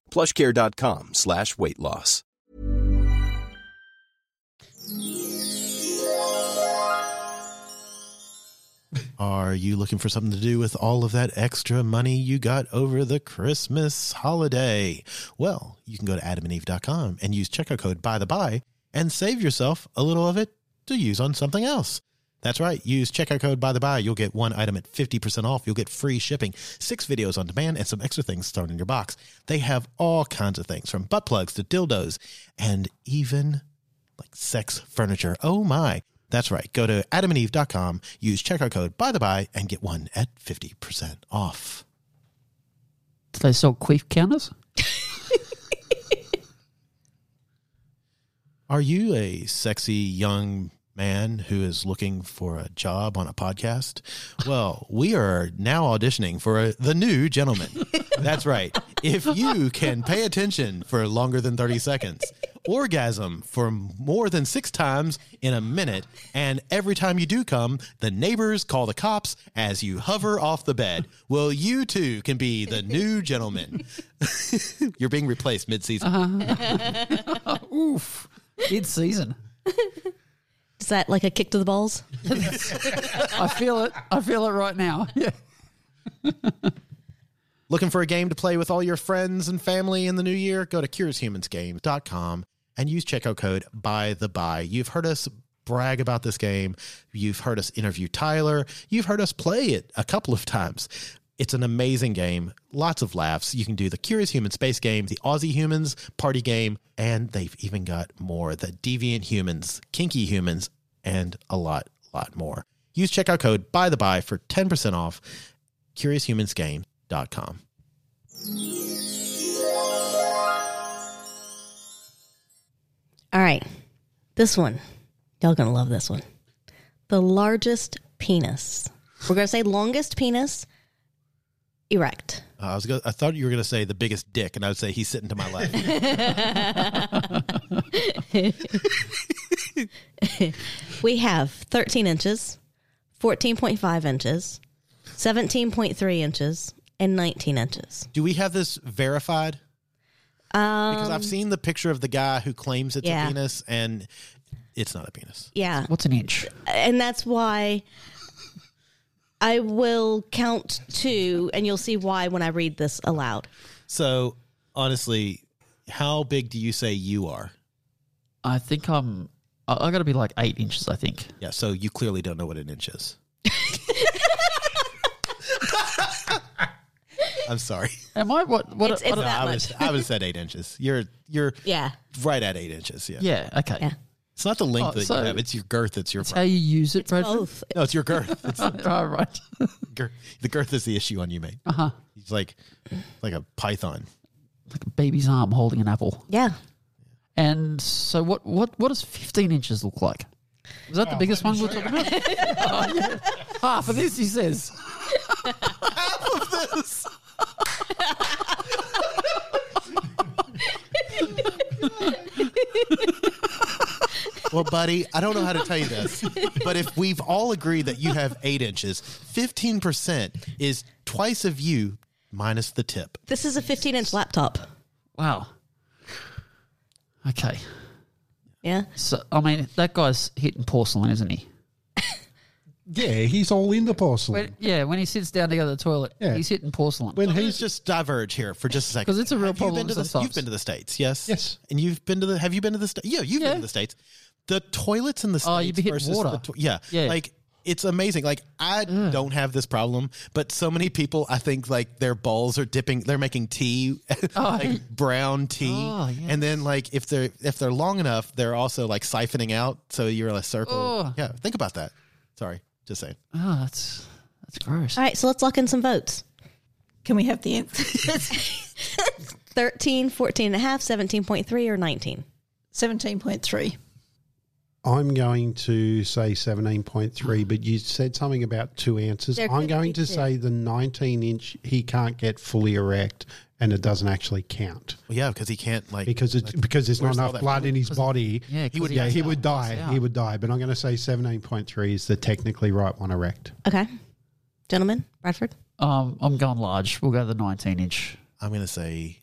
Speaker 9: plushcare.com slash weight loss.
Speaker 4: Are you looking for something to do with all of that extra money you got over the Christmas holiday? Well, you can go to adamandeve.com and use checkout code by the by and save yourself a little of it to use on something else. That's right. Use checkout code by the by. You'll get one item at 50% off. You'll get free shipping, six videos on demand, and some extra things thrown in your box. They have all kinds of things from butt plugs to dildos and even like sex furniture. Oh my. That's right. Go to adamandeve.com, use checkout code by the by, and get one at 50% off.
Speaker 6: Do they sell queef counters?
Speaker 4: Are you a sexy young man who is looking for a job on a podcast? Well, we are now auditioning for a, the new gentleman. That's right. if you can pay attention for longer than 30 seconds, orgasm for more than six times in a minute, and every time you do come, the neighbors call the cops as you hover off the bed. Well, you too can be the new gentleman. You're being replaced mid season.
Speaker 6: Uh-huh. Oof. Mid season.
Speaker 5: Is that like a kick to the balls?
Speaker 6: I feel it. I feel it right now. Yeah.
Speaker 4: Looking for a game to play with all your friends and family in the new year? Go to CuresHumansGames.com and use checkout code by the by. You've heard us brag about this game. You've heard us interview Tyler. You've heard us play it a couple of times. It's an amazing game. Lots of laughs. You can do the Curious Human space game, the Aussie Humans party game, and they've even got more the Deviant Humans, Kinky Humans, and a lot, lot more. Use checkout code by the by for 10% off CuriousHumansGame.com.
Speaker 5: All right. This one. Y'all gonna love this one. The largest penis. We're gonna say longest penis erect.
Speaker 4: Uh, I was go- I thought you were going to say the biggest dick, and I would say he's sitting to my left.
Speaker 5: we have 13 inches, 14.5 inches, 17.3 inches, and 19 inches.
Speaker 4: Do we have this verified?
Speaker 5: Um,
Speaker 4: Because I've seen the picture of the guy who claims it's
Speaker 5: yeah.
Speaker 4: a penis, and it's not a penis.
Speaker 5: Yeah.
Speaker 6: What's an inch?
Speaker 5: And that's why I will count two, and you'll see why when I read this aloud.
Speaker 4: So honestly, how big do you say you are?
Speaker 6: I think I'm. I, I got to be like eight inches. I think.
Speaker 4: Yeah. So you clearly don't know what an inch is. I'm sorry.
Speaker 6: Am I? What? What?
Speaker 5: It's-
Speaker 6: what-
Speaker 5: it's-
Speaker 4: No, I
Speaker 5: much.
Speaker 4: was I was at eight inches. You're you're
Speaker 5: Yeah.
Speaker 4: right at eight inches. Yeah.
Speaker 6: yeah. Okay.
Speaker 5: Yeah.
Speaker 4: It's not the length
Speaker 6: Oh,
Speaker 4: that
Speaker 6: so-
Speaker 4: you have. It's your girth. It's your
Speaker 6: It's how
Speaker 4: problem.
Speaker 6: you use it, Bradford.
Speaker 5: Both.
Speaker 4: no. It's your girth. It's
Speaker 6: All right.
Speaker 4: girth. The girth is the issue on you, mate.
Speaker 6: Uh huh.
Speaker 4: He's like like a python.
Speaker 6: Like a baby's arm holding an apple.
Speaker 5: Yeah.
Speaker 6: And so, what? What? What does fifteen inches look like? Is that the biggest one we're talking about? Oh, yeah. Half of this, he says.
Speaker 4: Well, buddy, I don't know how to tell you this, but if we've all agreed that you have eight inches, 15% is twice of you minus the tip.
Speaker 5: This is a 15 inch laptop.
Speaker 6: Wow. Okay.
Speaker 5: Yeah.
Speaker 6: So, I mean, that guy's hitting porcelain, isn't he?
Speaker 7: Yeah, he's all in the porcelain.
Speaker 6: When, yeah, when he sits down to go to the toilet,
Speaker 7: Yeah.
Speaker 6: he's hitting porcelain.
Speaker 7: When,
Speaker 4: Let's
Speaker 7: he's
Speaker 4: just diverge here for just a second.
Speaker 6: 'Cause it's a real
Speaker 4: Have you
Speaker 6: problem
Speaker 4: been to the-
Speaker 6: sometimes.
Speaker 4: you've been to the States, yes?
Speaker 7: Yes.
Speaker 4: And you've been to the, have you been to the, sta- yeah, you've
Speaker 6: Yeah.
Speaker 4: been to the States. The toilets in the States
Speaker 6: Oh, you'd be hitting
Speaker 4: versus
Speaker 6: water.
Speaker 4: The to- yeah.
Speaker 6: Yeah.
Speaker 4: Like, it's amazing. Like I don't have this problem, but so many people, I think, like their balls are dipping. They're making tea, like brown tea,
Speaker 6: Oh, yes.
Speaker 4: and then like if they're if they're long enough, they're also like siphoning out. So you're in a circle.
Speaker 6: Oh.
Speaker 4: Yeah, think about that. Sorry, just saying.
Speaker 6: oh, that's that's gross.
Speaker 5: All right. So let's lock in some votes.
Speaker 8: Can we have the answer?
Speaker 5: 13, 14 and a half, 17.3 or 19.
Speaker 8: 17.3.
Speaker 7: I'm going to say 17.3, but you said something about two answers.
Speaker 5: There
Speaker 7: I'm
Speaker 5: could
Speaker 7: going
Speaker 5: be
Speaker 7: to
Speaker 5: two.
Speaker 7: say the 19 inch he can't get fully erect and it doesn't actually count
Speaker 4: Well, yeah, because he can't like
Speaker 7: because it's because there's not
Speaker 4: where's all
Speaker 7: enough
Speaker 4: that
Speaker 7: blood in his body.
Speaker 6: Yeah, 'cause
Speaker 7: he would
Speaker 6: he
Speaker 7: yeah, he would
Speaker 6: passed
Speaker 7: die.
Speaker 6: out.
Speaker 7: He would die, but I'm going to say 17.3 is the technically right one erect.
Speaker 5: Okay. Gentlemen, Bradford.
Speaker 6: Um, I'm going large. We'll go to the 19 inch.
Speaker 4: I'm gonna say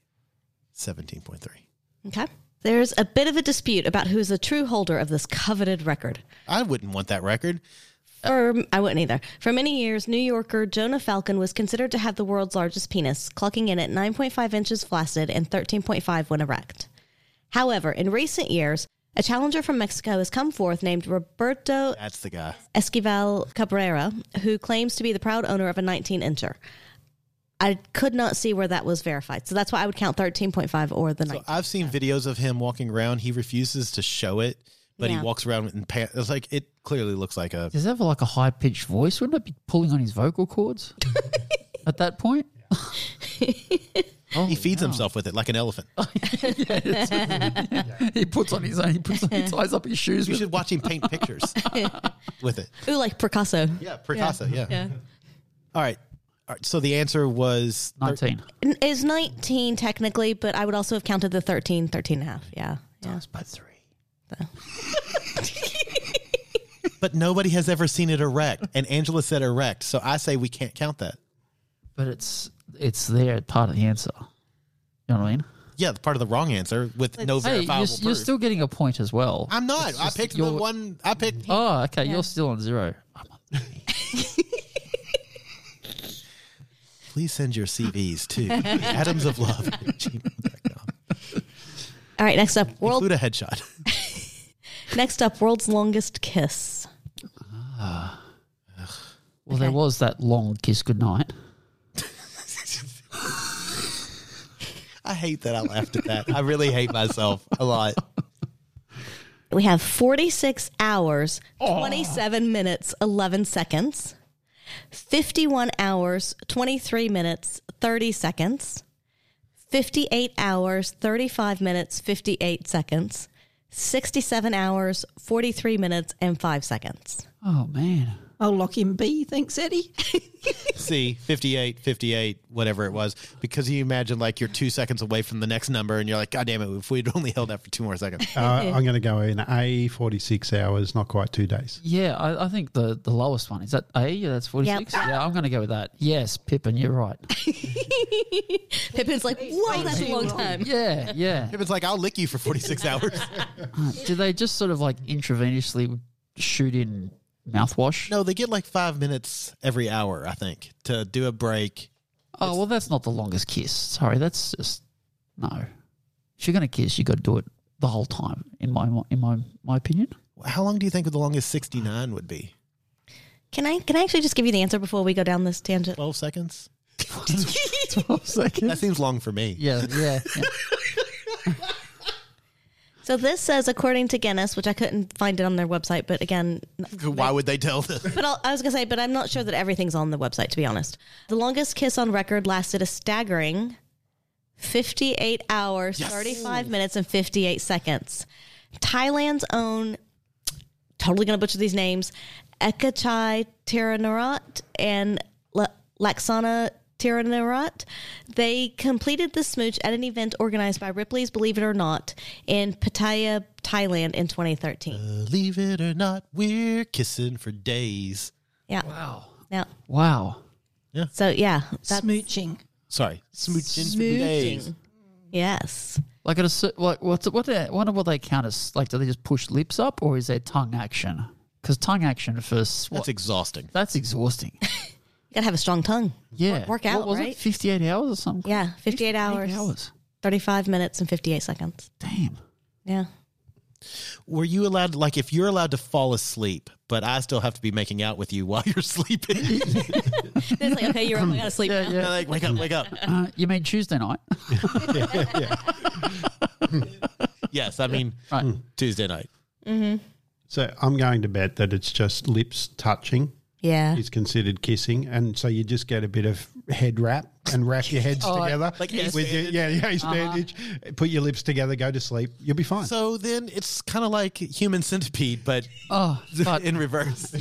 Speaker 4: seventeen point three.
Speaker 5: Okay. There's a bit of a dispute about who is the true holder of this coveted record.
Speaker 4: I wouldn't want that record.
Speaker 5: For, I wouldn't either. For many years, New Yorker Jonah Falcon was considered to have the world's largest penis, clocking in at 9.5 inches flaccid and 13.5 when erect. However, in recent years, a challenger from Mexico has come forth named Roberto
Speaker 4: That's the guy.
Speaker 5: Esquivel Cabrera, who claims to be the proud owner of a 19 incher. I could not see where that was verified. So that's why I would count 13.5 or the 19.
Speaker 4: So I've seen videos of him walking around. He refuses to show it, but
Speaker 5: Yeah.
Speaker 4: he walks around in pants. It's like it clearly looks like a
Speaker 6: Does that have like a high pitched voice? Wouldn't it be pulling on his vocal cords at that point? Oh,
Speaker 4: he feeds himself with it like an elephant.
Speaker 6: He puts on his own. He, puts on, he ties up his shoes.
Speaker 4: You
Speaker 6: With,
Speaker 4: should watch him paint pictures with it.
Speaker 5: Ooh, like Picasso.
Speaker 4: Yeah, Picasso. Yeah. All right. All right, so the answer was
Speaker 6: 19.
Speaker 5: N- Is 19 technically, but I would also have counted the 13, 13 and a half. Yeah. yeah.
Speaker 6: by three.
Speaker 4: But nobody has ever seen it erect. And Angela said erect. So I say we can't count that.
Speaker 6: But it's it's there part of the answer. You know what I mean?
Speaker 4: Yeah, the part of the wrong answer with no
Speaker 6: hey, you're,
Speaker 4: verifiable proof.
Speaker 6: you're still getting a point as well.
Speaker 4: I'm not. I picked the
Speaker 6: you're-
Speaker 4: one. I picked.
Speaker 6: oh, okay. You're still on zero.
Speaker 4: Please send your CVs to Atoms of Love.
Speaker 5: All right. Next up, world.
Speaker 4: Include a headshot.
Speaker 5: Next up, world's longest kiss.
Speaker 6: Well, there was that long kiss goodnight.
Speaker 4: I hate that I laughed at that. I really hate myself a lot.
Speaker 5: We have 46 hours, 27 minutes, 11 seconds, 51 hours, 23 minutes, 30 seconds, 58 hours, 35 minutes, 58 seconds, 67 hours, 43 minutes, and 5 seconds.
Speaker 6: Oh man.
Speaker 8: I'll lock in B, thanks, Eddie.
Speaker 4: See, 58, 58, whatever it was, because you imagine like you're two seconds away from the next number and you're like, God damn it, if we'd only held that for two more seconds.
Speaker 7: Uh, I'm going to go in A, 46 hours, not quite two days.
Speaker 6: Yeah, I, I think the, the lowest one is that A. Yeah, that's forty six.
Speaker 5: Yep.
Speaker 6: Yeah, I'm going to go with that. Yes, Pippin, you're right.
Speaker 5: Pippin's like, whoa, that's a long time.
Speaker 6: Yeah, yeah.
Speaker 4: If it's like, I'll lick you for 46 hours.
Speaker 6: Do they just sort of like intravenously shoot in mouthwash?
Speaker 4: No, they get like five minutes every hour, I think, to do a break.
Speaker 6: Oh well, that's not the longest kiss. Sorry, that's just no. If you're going to kiss, you got to do it the whole time. In my in my my opinion.
Speaker 4: How long do you think the longest 69 would be?
Speaker 5: Can I can I actually just give you the answer before we go down this tangent?
Speaker 4: 12 seconds?
Speaker 6: Twelve seconds.
Speaker 4: That seems long for me.
Speaker 6: Yeah, yeah. yeah.
Speaker 5: So this says according to Guinness, which I couldn't find it on their website, but again,
Speaker 4: Why would they tell them?
Speaker 5: But I'll, I was gonna say, but I'm not sure that everything's on the website. To be honest, the longest kiss on record lasted a staggering 58 hours, 35 minutes, and 58 seconds. Thailand's own, totally gonna butcher these names, Ekachai Tiranarat and La- Laksana Tiranarat. They completed the smooch at an event organized by Ripley's Believe It or Not in Pattaya, Thailand, in 2013.
Speaker 4: Believe it or not, we're kissing for days.
Speaker 5: yeah.
Speaker 6: Wow.
Speaker 5: Now,
Speaker 6: Wow.
Speaker 5: so yeah, that's
Speaker 8: Smooching.
Speaker 4: Sorry, smooching for
Speaker 5: Smooching.
Speaker 4: days.
Speaker 5: Yes.
Speaker 6: Like at a cer- like what's what they wonder what they count as like do they just push lips up or is there tongue action? Because tongue action for s- what,
Speaker 4: That's exhausting.
Speaker 6: that's exhausting.
Speaker 5: You gotta have a strong tongue.
Speaker 6: Yeah,
Speaker 5: Work out,
Speaker 6: What was
Speaker 5: right?
Speaker 6: it? Fifty eight hours or something.
Speaker 5: Yeah, 58 hours,
Speaker 6: hours.
Speaker 5: 35 minutes, and 58 seconds.
Speaker 6: Damn.
Speaker 5: Yeah.
Speaker 4: Were you allowed, like, if you're allowed to fall asleep, but I still have to be making out with you while you're sleeping?
Speaker 5: It's like, okay, you're up. I gotta sleep.
Speaker 6: Yeah,
Speaker 5: now.
Speaker 6: yeah.
Speaker 4: like, wake up, wake up.
Speaker 6: Uh, you mean Tuesday night?
Speaker 4: Yes, I mean,
Speaker 6: Right.
Speaker 7: Hmm.
Speaker 4: Tuesday night.
Speaker 7: So I'm going to bet that it's just lips touching
Speaker 5: Yeah.
Speaker 7: is considered kissing. And so you just get a bit of head wrap and wrap your heads
Speaker 6: Oh,
Speaker 7: together.
Speaker 4: like
Speaker 7: with your,
Speaker 4: bandage.
Speaker 7: yeah, yeah,
Speaker 5: Uh-huh.
Speaker 7: ace bandage. Put your lips together, go to sleep. You'll be fine.
Speaker 4: So then it's kind of like human centipede, but
Speaker 6: Oh, but
Speaker 4: in reverse.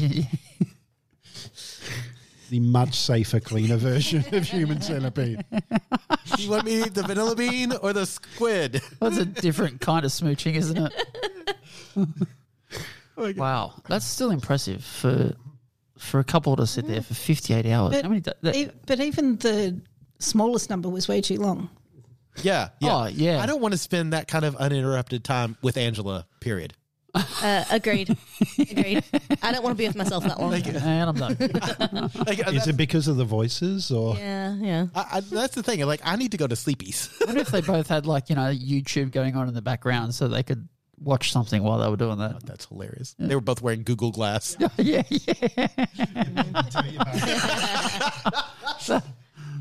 Speaker 7: the much safer, cleaner version of human centipede.
Speaker 4: you want me to eat the vanilla bean or the squid?
Speaker 6: that's a different kind of smooching, isn't it? wow, that's still impressive for for a couple to sit there for fifty eight
Speaker 5: Oh,
Speaker 6: hours.
Speaker 8: But
Speaker 6: How many? da- that-
Speaker 8: E- But even the smallest number was way too long.
Speaker 4: Yeah, yeah.
Speaker 6: Oh, yeah.
Speaker 4: I don't want to spend that kind of uninterrupted time with Angela, period.
Speaker 5: Uh, agreed. Agreed. I don't want to be with myself that long.
Speaker 6: and I'm done.
Speaker 4: Like, uh,
Speaker 7: Is it because of the voices or?
Speaker 5: Yeah, yeah.
Speaker 4: I, I, that's the thing. Like, I need to go to sleepies.
Speaker 6: I wonder if they both had like you know YouTube going on in the background so they could watch something while they were doing that.
Speaker 4: Oh, That's hilarious. They were both wearing Google Glass.
Speaker 6: yeah, yeah.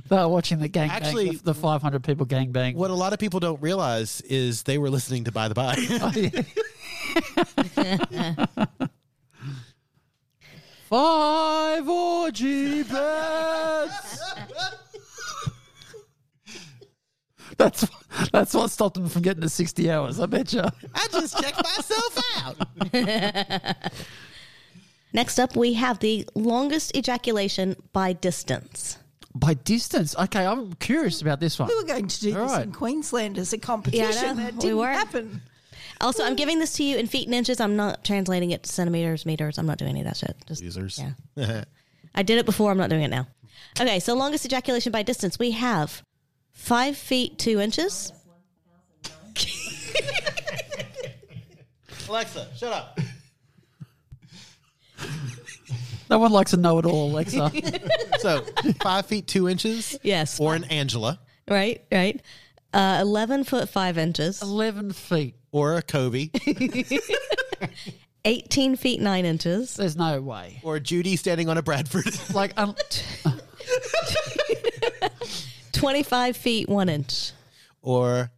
Speaker 6: they were watching the gang
Speaker 4: Actually-
Speaker 6: the, the 500 people gang bang.
Speaker 4: What a lot of people don't realize is they were listening to By the
Speaker 6: Oh,
Speaker 4: By.
Speaker 6: Five orgy beds. That's that's what stopped them from getting to 60 hours. I bet you.
Speaker 4: I just checked myself out.
Speaker 5: Next up, we have the longest ejaculation by distance.
Speaker 6: by distance. Okay, I'm curious about this one.
Speaker 8: We were going to do this in Queensland as a competition.
Speaker 5: Yeah, I know.
Speaker 8: that
Speaker 5: We
Speaker 8: didn't
Speaker 5: were.
Speaker 8: happen.
Speaker 5: Also, I'm giving this to you in feet and inches. I'm not translating it to centimeters, meters. I'm not doing any of that shit. Just,
Speaker 4: Users.
Speaker 5: Yeah. I did it before. I'm not doing it now. Okay, so longest ejaculation by distance. We have five feet, two inches.
Speaker 4: Alexa, shut up.
Speaker 6: No one likes a know it all, Alexa.
Speaker 4: so five feet two inches.
Speaker 5: Yes.
Speaker 4: Or an Angela.
Speaker 5: Right, right. Uh, 11 foot, five inches.
Speaker 6: 11 feet.
Speaker 4: Or a Kobe.
Speaker 5: 18 feet, nine inches.
Speaker 6: There's no way.
Speaker 4: Or Judy standing on a Bradford.
Speaker 6: Like, um,
Speaker 5: 25 feet, one inch.
Speaker 4: or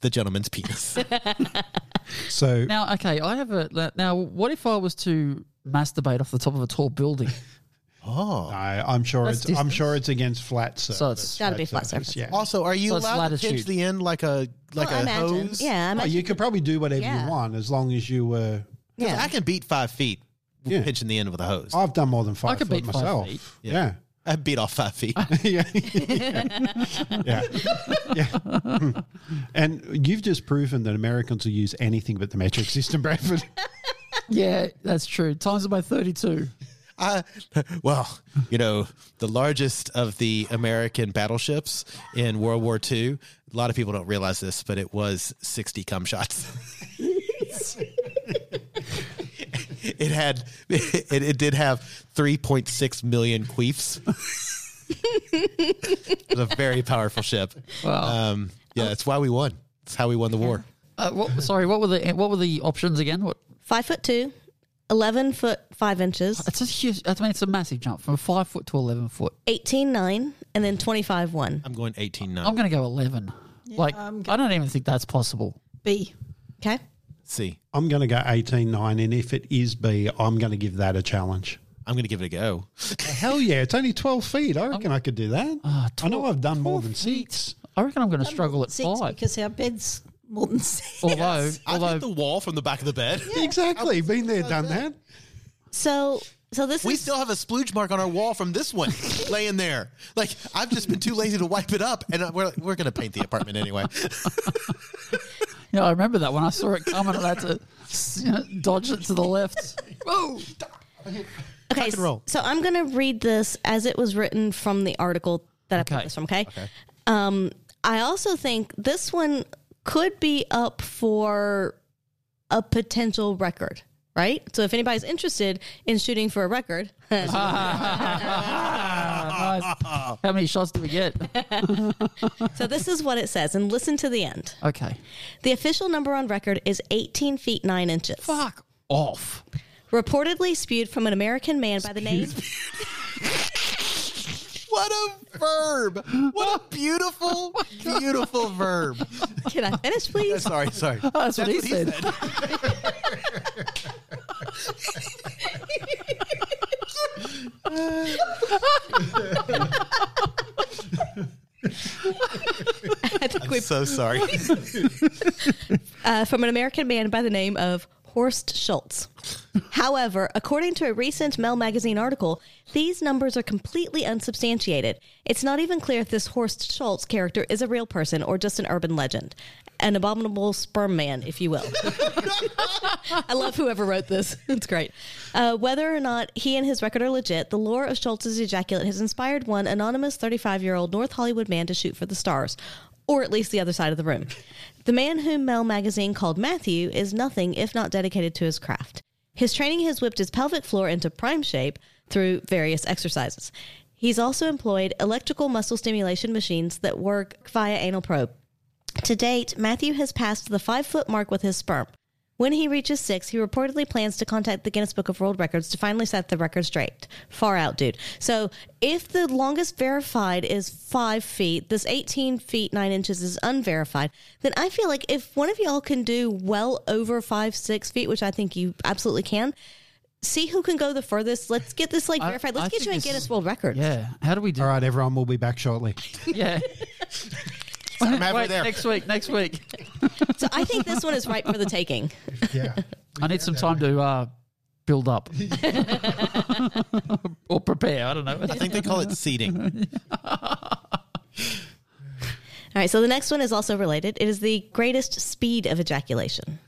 Speaker 4: the gentleman's penis.
Speaker 7: So
Speaker 6: now, okay, I have a. Now, what if I was to masturbate off the top of a tall building?
Speaker 4: Oh,
Speaker 7: I'm sure
Speaker 6: That's
Speaker 7: it's I'm sure it's against flat surface.
Speaker 6: So it's-
Speaker 5: Gotta be flat surface.
Speaker 7: Yeah.
Speaker 4: Also, are you
Speaker 6: So it's
Speaker 4: allowed to pinch
Speaker 6: latitude.
Speaker 4: the end like a
Speaker 5: Well,
Speaker 4: like
Speaker 5: I
Speaker 4: a
Speaker 5: imagine.
Speaker 4: hose?
Speaker 5: Yeah, I
Speaker 7: Oh,
Speaker 5: imagine.
Speaker 7: you could probably do whatever
Speaker 5: Yeah.
Speaker 7: you want as long as you were.
Speaker 4: 'Cause
Speaker 5: Yeah.
Speaker 4: I can beat five feet with
Speaker 7: Yeah.
Speaker 4: pinching the end with a hose.
Speaker 7: I've done more than five
Speaker 6: could
Speaker 7: foot
Speaker 6: beat five
Speaker 7: myself.
Speaker 6: feet.
Speaker 7: Yeah.
Speaker 4: I beat off five feet.
Speaker 7: yeah. yeah. Yeah. And you've just proven that Americans will use anything but the metric system, Bradford.
Speaker 6: yeah, that's true. Times it by 32. Uh,
Speaker 4: I, well, you know, the largest of the American battleships in World War II. A lot of people don't realize this, but it was 60 cum shots. it had, it, it did have 3.6 million queefs. it was a very powerful ship.
Speaker 6: Wow.
Speaker 4: Um, yeah, that's why we won. That's how we won the war.
Speaker 6: Uh, what, sorry, what were the what were the options again? What
Speaker 5: Five foot, two. 11 foot, five inches.
Speaker 6: It's a huge. I mean, it's a massive jump from five foot to eleven foot.
Speaker 5: 18, nine. And then 25, one.
Speaker 4: I'm going 18 9.
Speaker 6: I'm going to go eleven. like
Speaker 5: um,
Speaker 8: I'm
Speaker 6: I don't even think that's possible.
Speaker 8: B.
Speaker 5: Okay.
Speaker 4: See,
Speaker 7: I'm going to go 18.9, and if it is B, I'm going to give that a challenge.
Speaker 4: I'm going to give it a go.
Speaker 7: Hell yeah, it's only 12 feet. I reckon i could do that.
Speaker 6: Ah,
Speaker 7: I know I've done more than six.
Speaker 6: I reckon I'm going to struggle at
Speaker 8: Six
Speaker 6: five.
Speaker 8: because our bed's more than six.
Speaker 6: Although,
Speaker 4: I hit
Speaker 6: although
Speaker 4: the wall from the back of the bed.
Speaker 7: Exactly. Been there, done that.
Speaker 5: So, so this
Speaker 4: We
Speaker 5: is.
Speaker 4: still have a splooge mark on our wall from this one laying there. Like I've just been too lazy to wipe it up, and we're we're gonna paint the apartment anyway.
Speaker 6: you know, I remember that when I saw it coming, I had to you know, dodge it to the left. Whoa!
Speaker 5: Okay,
Speaker 4: and roll.
Speaker 5: so I'm going to read this as it was written from the article that I
Speaker 6: Okay.
Speaker 5: put this from. Okay. Um, I also think this one could be up for a potential record, right? So if anybody's interested in shooting for a record,
Speaker 6: Ah, nice. How many shots did we get?
Speaker 5: so this is what it says, and listen to the end.
Speaker 6: Okay.
Speaker 5: The official number on record is 18 feet 9 inches.
Speaker 6: Fuck off.
Speaker 5: Reportedly spewed from an American man by the name.
Speaker 4: what a verb! What a
Speaker 6: Oh
Speaker 4: beautiful, beautiful verb.
Speaker 5: Can I finish,
Speaker 4: Yeah,
Speaker 5: please?
Speaker 4: Sorry, sorry.
Speaker 6: Oh, That's, what, he, said.
Speaker 5: I think
Speaker 4: I'm
Speaker 5: we
Speaker 4: so sorry.
Speaker 5: uh, from an American man by the name of Horst Schultz. However, according to a recent Mail magazine article, these numbers are completely unsubstantiated. It's not even clear if this Horst Schultz character is a real person or just an urban legend. An abominable sperm man, if you will. I love whoever wrote this. It's great. Uh, whether or not he and his record are legit, the lore of Schultz's ejaculate has inspired one anonymous 35 year old North Hollywood man to shoot for the stars, or at least the other side of the room. The man whom Mel magazine called Matthew is nothing if not dedicated to his craft. His training has whipped his pelvic floor into prime shape through various exercises. He's also employed electrical muscle stimulation machines that work via anal probe. To date, Matthew has passed the five foot mark with his sperm. When he reaches six, he reportedly plans to contact the Guinness Book of World Records to finally set the record straight. Far out, dude. So, if the longest verified is five feet, this 18 feet, nine inches is unverified, then I feel like if one of y'all can do well over five, six feet, which I think you absolutely can, see who can go the furthest. Let's get this like
Speaker 6: I-
Speaker 5: verified. Let's
Speaker 6: I
Speaker 5: get
Speaker 6: think
Speaker 5: you in
Speaker 6: this
Speaker 5: Guinness
Speaker 6: is-
Speaker 5: World Records.
Speaker 6: Yeah. How do we do?
Speaker 7: All right, everyone, we'll be back shortly.
Speaker 6: Yeah.
Speaker 4: I'm happy
Speaker 6: Wait,
Speaker 4: there.
Speaker 6: next week. Next week.
Speaker 5: So, I think this one is ripe for the taking.
Speaker 7: Yeah.
Speaker 6: I need some time to uh, build up or prepare. I don't know.
Speaker 4: I think they call it seeding.
Speaker 5: All right, so the next one is also related. It is the greatest speed of ejaculation.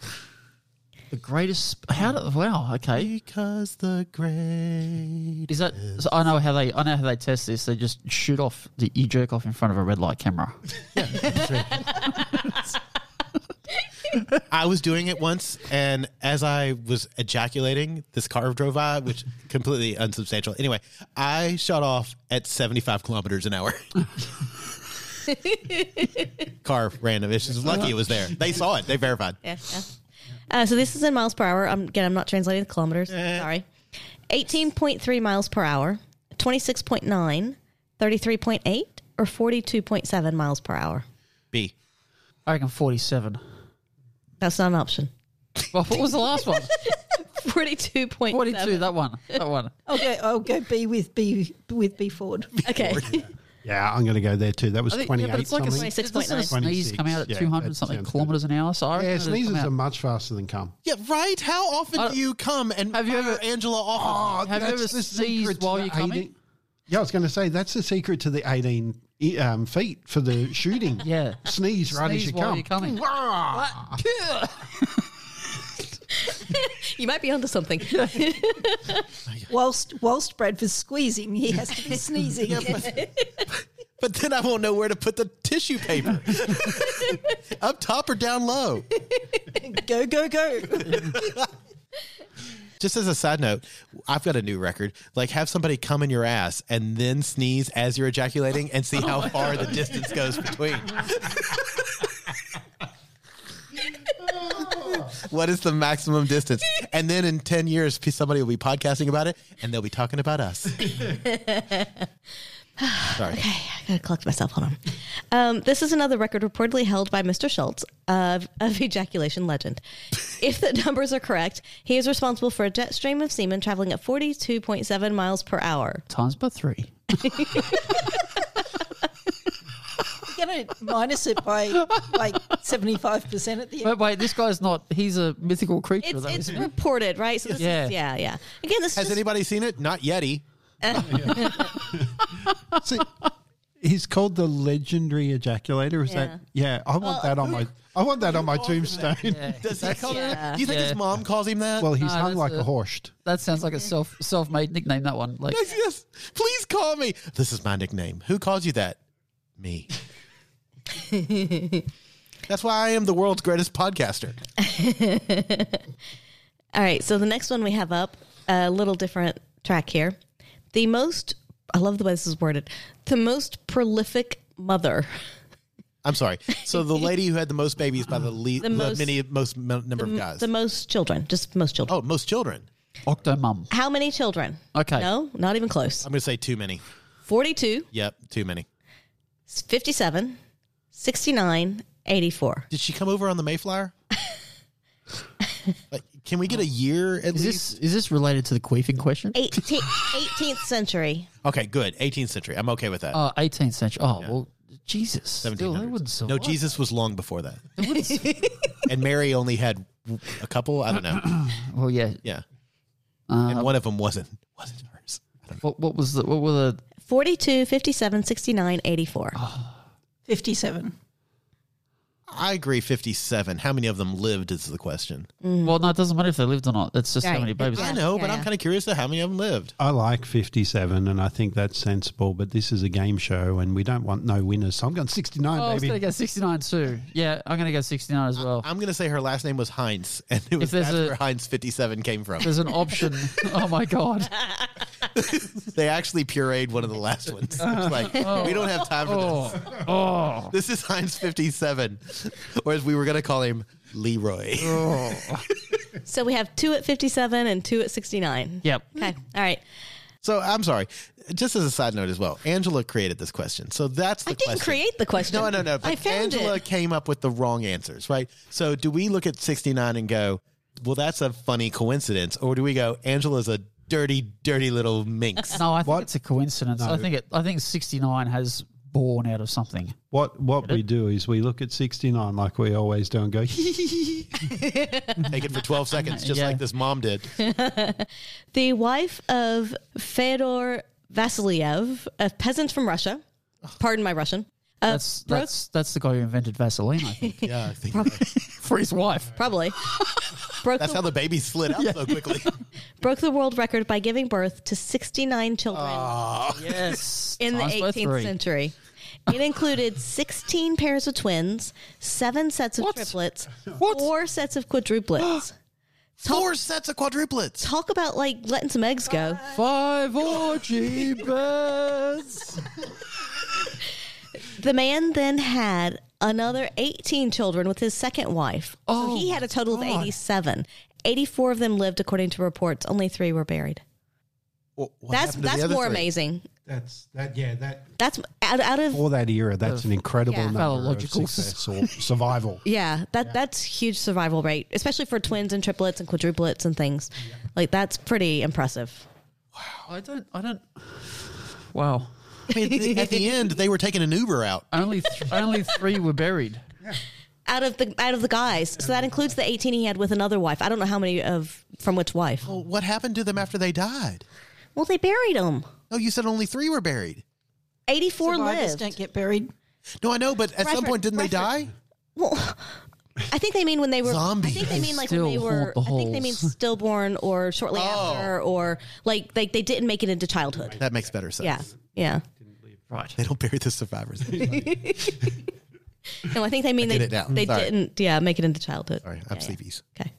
Speaker 6: The greatest. How do, wow. Okay.
Speaker 4: Because the great.
Speaker 6: Is that? So I know how they. I know how they test this. They just shoot off. The, you jerk off in front of a red light camera.
Speaker 4: I was doing it once, and as I was ejaculating, this car drove by, which completely unsubstantial. Anyway, I shot off at 75 kilometers an hour. car random. It's just lucky it was there. They saw it. They verified.
Speaker 5: Yeah. yeah. Uh, so this is in miles per hour. I'm, again, I'm not translating the kilometers.
Speaker 4: Eh.
Speaker 5: Sorry. 18.3 miles per hour, 26.9, 33.8, or 42.7 miles per hour.
Speaker 4: B.
Speaker 6: I reckon forty-seven.
Speaker 5: That's not an option.
Speaker 6: Well, what was the last one?
Speaker 5: 42.7.
Speaker 6: Forty-two. That one. That one.
Speaker 8: I'll go. I'll go B with B with B Ford.
Speaker 5: Okay.
Speaker 7: Yeah, I'm going to go there too. That was
Speaker 6: I think-
Speaker 7: 28
Speaker 6: yeah, but it's like a
Speaker 7: something.
Speaker 6: sneeze. Doesn't a
Speaker 5: 26.9.
Speaker 6: sneeze come out at
Speaker 7: 26,
Speaker 6: 200
Speaker 7: yeah, that
Speaker 6: something
Speaker 7: sounds
Speaker 6: kilometers an hour? So I reckon
Speaker 7: yeah,
Speaker 6: it'll come
Speaker 7: sneezes
Speaker 6: out-
Speaker 7: are much faster than cum.
Speaker 4: Yeah, right? How often
Speaker 6: I-
Speaker 4: do you come and have you ever Angela off?
Speaker 7: Oh,
Speaker 6: Have you
Speaker 7: that's
Speaker 6: ever
Speaker 7: the
Speaker 6: sneezed
Speaker 7: secret
Speaker 6: while
Speaker 7: to
Speaker 6: you're
Speaker 7: the
Speaker 6: coming?
Speaker 7: 18 Yeah, I was going to say that's the secret to the 18 i- um, feet for the shooting.
Speaker 6: Yeah.
Speaker 7: Sneeze right
Speaker 6: Sneeze
Speaker 7: as you
Speaker 6: while
Speaker 7: come.
Speaker 6: you're coming.
Speaker 7: Wah!
Speaker 5: You might be onto something.
Speaker 8: Whilst whilst Bradford's squeezing, he has to be sneezing.
Speaker 4: But then I won't know where to put the tissue paper. Up top or down low?
Speaker 8: go go go!
Speaker 4: Just as a side note, I've got a new record. Like, have somebody come in your ass and then sneeze as you're ejaculating and see how far the distance goes between. what is the maximum distance? And then in 10 years, p- somebody will be podcasting about it and they'll be talking about us. Sorry.
Speaker 5: I gotta collect myself. Hold on. Um, this is another record reportedly held by Mr. Schultz of, of ejaculation legend. if the numbers are correct, he is responsible for a jet stream of semen traveling at 42.7 miles per hour.
Speaker 6: Times by three.
Speaker 8: You're going to minus it by like seventy five percent at the end.
Speaker 6: But wait, this guy's not. He's a mythical creature.
Speaker 5: It's,
Speaker 6: though,
Speaker 5: it's
Speaker 6: isn't he?
Speaker 5: reported, right? So this
Speaker 6: Yeah.
Speaker 5: Is, yeah, yeah. Again, this is
Speaker 4: Has
Speaker 5: just,
Speaker 4: anybody seen it? Not Yeti.
Speaker 7: See, he's called the legendary ejaculator. Is that? Yeah, I want that on my. I want that on my tombstone.
Speaker 4: Does he call
Speaker 5: Yeah.
Speaker 4: it? Do you think
Speaker 6: Yeah.
Speaker 4: his mom calls him that?
Speaker 7: Well, he's
Speaker 6: No,
Speaker 7: hung
Speaker 6: that's
Speaker 7: like
Speaker 6: a-
Speaker 7: a horst.
Speaker 6: That sounds like a self self made nickname. That one. Like
Speaker 4: Yes, yes. Please call me. This is my nickname. Who calls you that? Me. That's why I am the world's greatest podcaster.
Speaker 5: all right. So the next one we have up a little different track here. The most I love the way this is worded. The most prolific mother.
Speaker 4: I'm sorry. So the lady who had the most babies by the, le- the,
Speaker 5: most-
Speaker 4: many most m- number of guys.
Speaker 5: The most children, just most children.
Speaker 4: oh, most children.
Speaker 6: Octomum.
Speaker 5: How many children?
Speaker 6: Okay.
Speaker 5: No, not even close.
Speaker 4: I'm going to say too many.
Speaker 5: 42,
Speaker 4: Yep, too many.
Speaker 5: 57, 69, 84.
Speaker 4: Did she come over on the Mayflower? like, can we get
Speaker 5: Oh.
Speaker 4: a year at
Speaker 6: Is
Speaker 4: least?
Speaker 6: this is this related to the queefing question?
Speaker 5: 18, 18th century.
Speaker 4: okay, good. 18th century. I'm okay with that.
Speaker 6: Oh, 18th century. Oh well, Jesus. Still, they
Speaker 4: 1700s.
Speaker 6: wouldn't survive.
Speaker 4: No, Jesus was long before that. and Mary only had a couple. I don't know.
Speaker 6: Well, yeah. Um,
Speaker 4: Yeah. and one of them wasn't wasn't hers.
Speaker 6: What, what was the what were the
Speaker 5: 42, 57, 69, 84.
Speaker 4: Ah.
Speaker 8: Fifty seven.
Speaker 4: I agree. Fifty-seven. How many of them lived is the question.
Speaker 6: Well, no, it doesn't matter if they lived or not. It's just how
Speaker 5: Mm. Right.
Speaker 6: many babies.
Speaker 4: I know,
Speaker 5: yeah,
Speaker 4: but I'm
Speaker 5: yeah.
Speaker 4: kind of curious to how many of them lived.
Speaker 7: I like 57, and I think that's sensible. But this is a game show, and we don't want no winners. So I'm going 69,
Speaker 6: Oh, I was
Speaker 7: baby.
Speaker 6: going to go 69 too. Yeah, I'm going to go 69 as well.
Speaker 4: I'm gonna say her last name was Heinz, and it was
Speaker 6: there's
Speaker 4: that's
Speaker 6: a-
Speaker 4: where Heinz fifty-seven came from.
Speaker 6: There's an option. oh my god.
Speaker 4: they actually pureed one of the last ones. It's like we don't have time for
Speaker 6: Oh. Oh.
Speaker 4: this. This is Heinz fifty-seven, whereas we were gonna call him Leroy.
Speaker 6: Oh.
Speaker 5: So we have two at 57 and two at 69.
Speaker 6: Yep.
Speaker 5: Okay. All right.
Speaker 4: So I'm sorry. Just as a side note as well, Angela created this question. So that's the
Speaker 5: I didn't
Speaker 4: question.
Speaker 5: create the question.
Speaker 4: No, no, no. But
Speaker 5: I found
Speaker 4: Angela
Speaker 5: it.
Speaker 4: came up with the wrong answers, right? So do we look at 69 and go, well, that's a funny coincidence? Or do we go, Angela's a dirty, dirty little minx?
Speaker 6: No, I think it's a coincidence. I think it I think 69 has born out of something.
Speaker 7: What what we do is we look at 69 like we always do and go,
Speaker 4: Take it for 12 seconds, just
Speaker 7: Yeah.
Speaker 4: like this mom did.
Speaker 5: the wife of Fedor Vasilyev, a peasant from Russia. Pardon my Russian. Uh,
Speaker 6: that's
Speaker 5: broke-
Speaker 6: that's that's the guy who invented Vaseline, I think.
Speaker 4: yeah, I think
Speaker 6: for his wife.
Speaker 5: Probably. broke
Speaker 4: That's how the baby slid out so quickly.
Speaker 5: broke the world record by giving birth to 69 children
Speaker 6: yes.
Speaker 5: in the
Speaker 6: times by
Speaker 5: 18th
Speaker 6: three.
Speaker 5: century. It included 16 pairs of twins, seven sets of triplets, four sets of quadruplets.
Speaker 4: four sets of quadruplets.
Speaker 5: Talk about like letting some eggs go.
Speaker 6: Five orgy birds.
Speaker 5: The man then had another 18 children with his second wife. so
Speaker 6: Oh.
Speaker 5: he had a total of 87. 84 of them lived, according to reports. Only three were buried. that's that's more amazing.
Speaker 7: That's that. Yeah, that.
Speaker 5: That's out, out of
Speaker 7: For that era, that's an incredible
Speaker 5: Yeah.
Speaker 7: number of
Speaker 5: Phallological
Speaker 7: success or survival.
Speaker 5: Yeah, that that's huge survival rate, especially for twins and triplets and quadruplets and things. Like that's pretty impressive.
Speaker 6: I don't. I don't. Wow.
Speaker 4: I mean, at the end, they were taking an Uber out.
Speaker 6: Only th- only three were buried.
Speaker 5: Out of the out of the guys, so that includes the eighteen he had with another wife. I don't know how many of from which wife.
Speaker 4: Well, what happened to them after they died?
Speaker 5: Well, they buried them.
Speaker 4: No, you said only three were buried.
Speaker 5: Eighty-four
Speaker 8: Survivors
Speaker 5: lived.
Speaker 8: don't get buried.
Speaker 4: No, I know, but at some
Speaker 5: Refer-
Speaker 4: point, didn't they die?
Speaker 5: refer- Well, I think they mean when they were I
Speaker 4: Zombies.
Speaker 5: think they mean like
Speaker 6: Still
Speaker 5: when they were.
Speaker 6: haunt the
Speaker 5: I think they mean
Speaker 6: halls.
Speaker 5: stillborn or shortly after, or like they they didn't make it into childhood.
Speaker 4: Oh. That makes better sense.
Speaker 5: Yeah, yeah.
Speaker 6: Right.
Speaker 4: They don't bury the survivors.
Speaker 5: No, I think they mean
Speaker 4: I get
Speaker 5: they
Speaker 4: it now.
Speaker 5: they
Speaker 4: Sorry.
Speaker 5: didn't. Yeah, make it into childhood.
Speaker 4: Sorry,
Speaker 5: Yeah,
Speaker 4: I'm
Speaker 5: yeah.
Speaker 4: sleepies.
Speaker 5: Okay.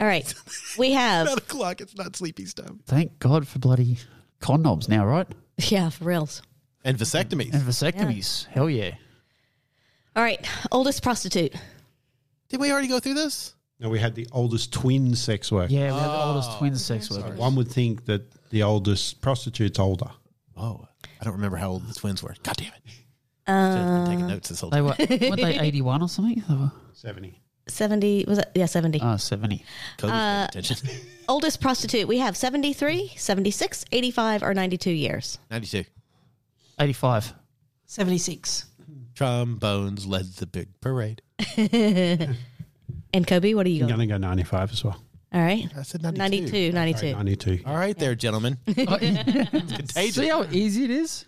Speaker 5: All right. We have
Speaker 4: Nine o'clock. It's not sleepies time.
Speaker 6: Thank God for bloody condoms now, right?
Speaker 5: yeah, for reals.
Speaker 4: And vasectomies.
Speaker 6: And vasectomies. Hell yeah.
Speaker 5: All right. Oldest prostitute.
Speaker 4: Did we already go through this?
Speaker 7: No, we had the oldest twin sex worker.
Speaker 6: Yeah, we have the oldest twin sex workers.
Speaker 7: One would think that the oldest prostitute's older.
Speaker 4: Oh, I don't remember how old the twins were. God damn it. Should have been
Speaker 5: um,
Speaker 4: taking notes this whole
Speaker 6: They
Speaker 4: time.
Speaker 6: were weren't they eighty one or something? They were
Speaker 7: 70.
Speaker 5: 70 was it? Yeah, 70.
Speaker 6: oh, 70.
Speaker 4: Kobe's
Speaker 5: Uh,
Speaker 4: paying attention.
Speaker 5: Oldest prostitute. We have 73, 76, 85 or 92 years.
Speaker 4: 92.
Speaker 6: 85.
Speaker 8: 76.
Speaker 4: Trombones led the big parade.
Speaker 5: And Kobe, what are you
Speaker 7: I'm
Speaker 5: going?
Speaker 7: going to go 95 as well.
Speaker 5: All right.
Speaker 4: I said
Speaker 5: 92,
Speaker 4: 92.
Speaker 5: 92.
Speaker 7: 92.
Speaker 4: All right, there, gentlemen. Contagious.
Speaker 6: See how easy it is?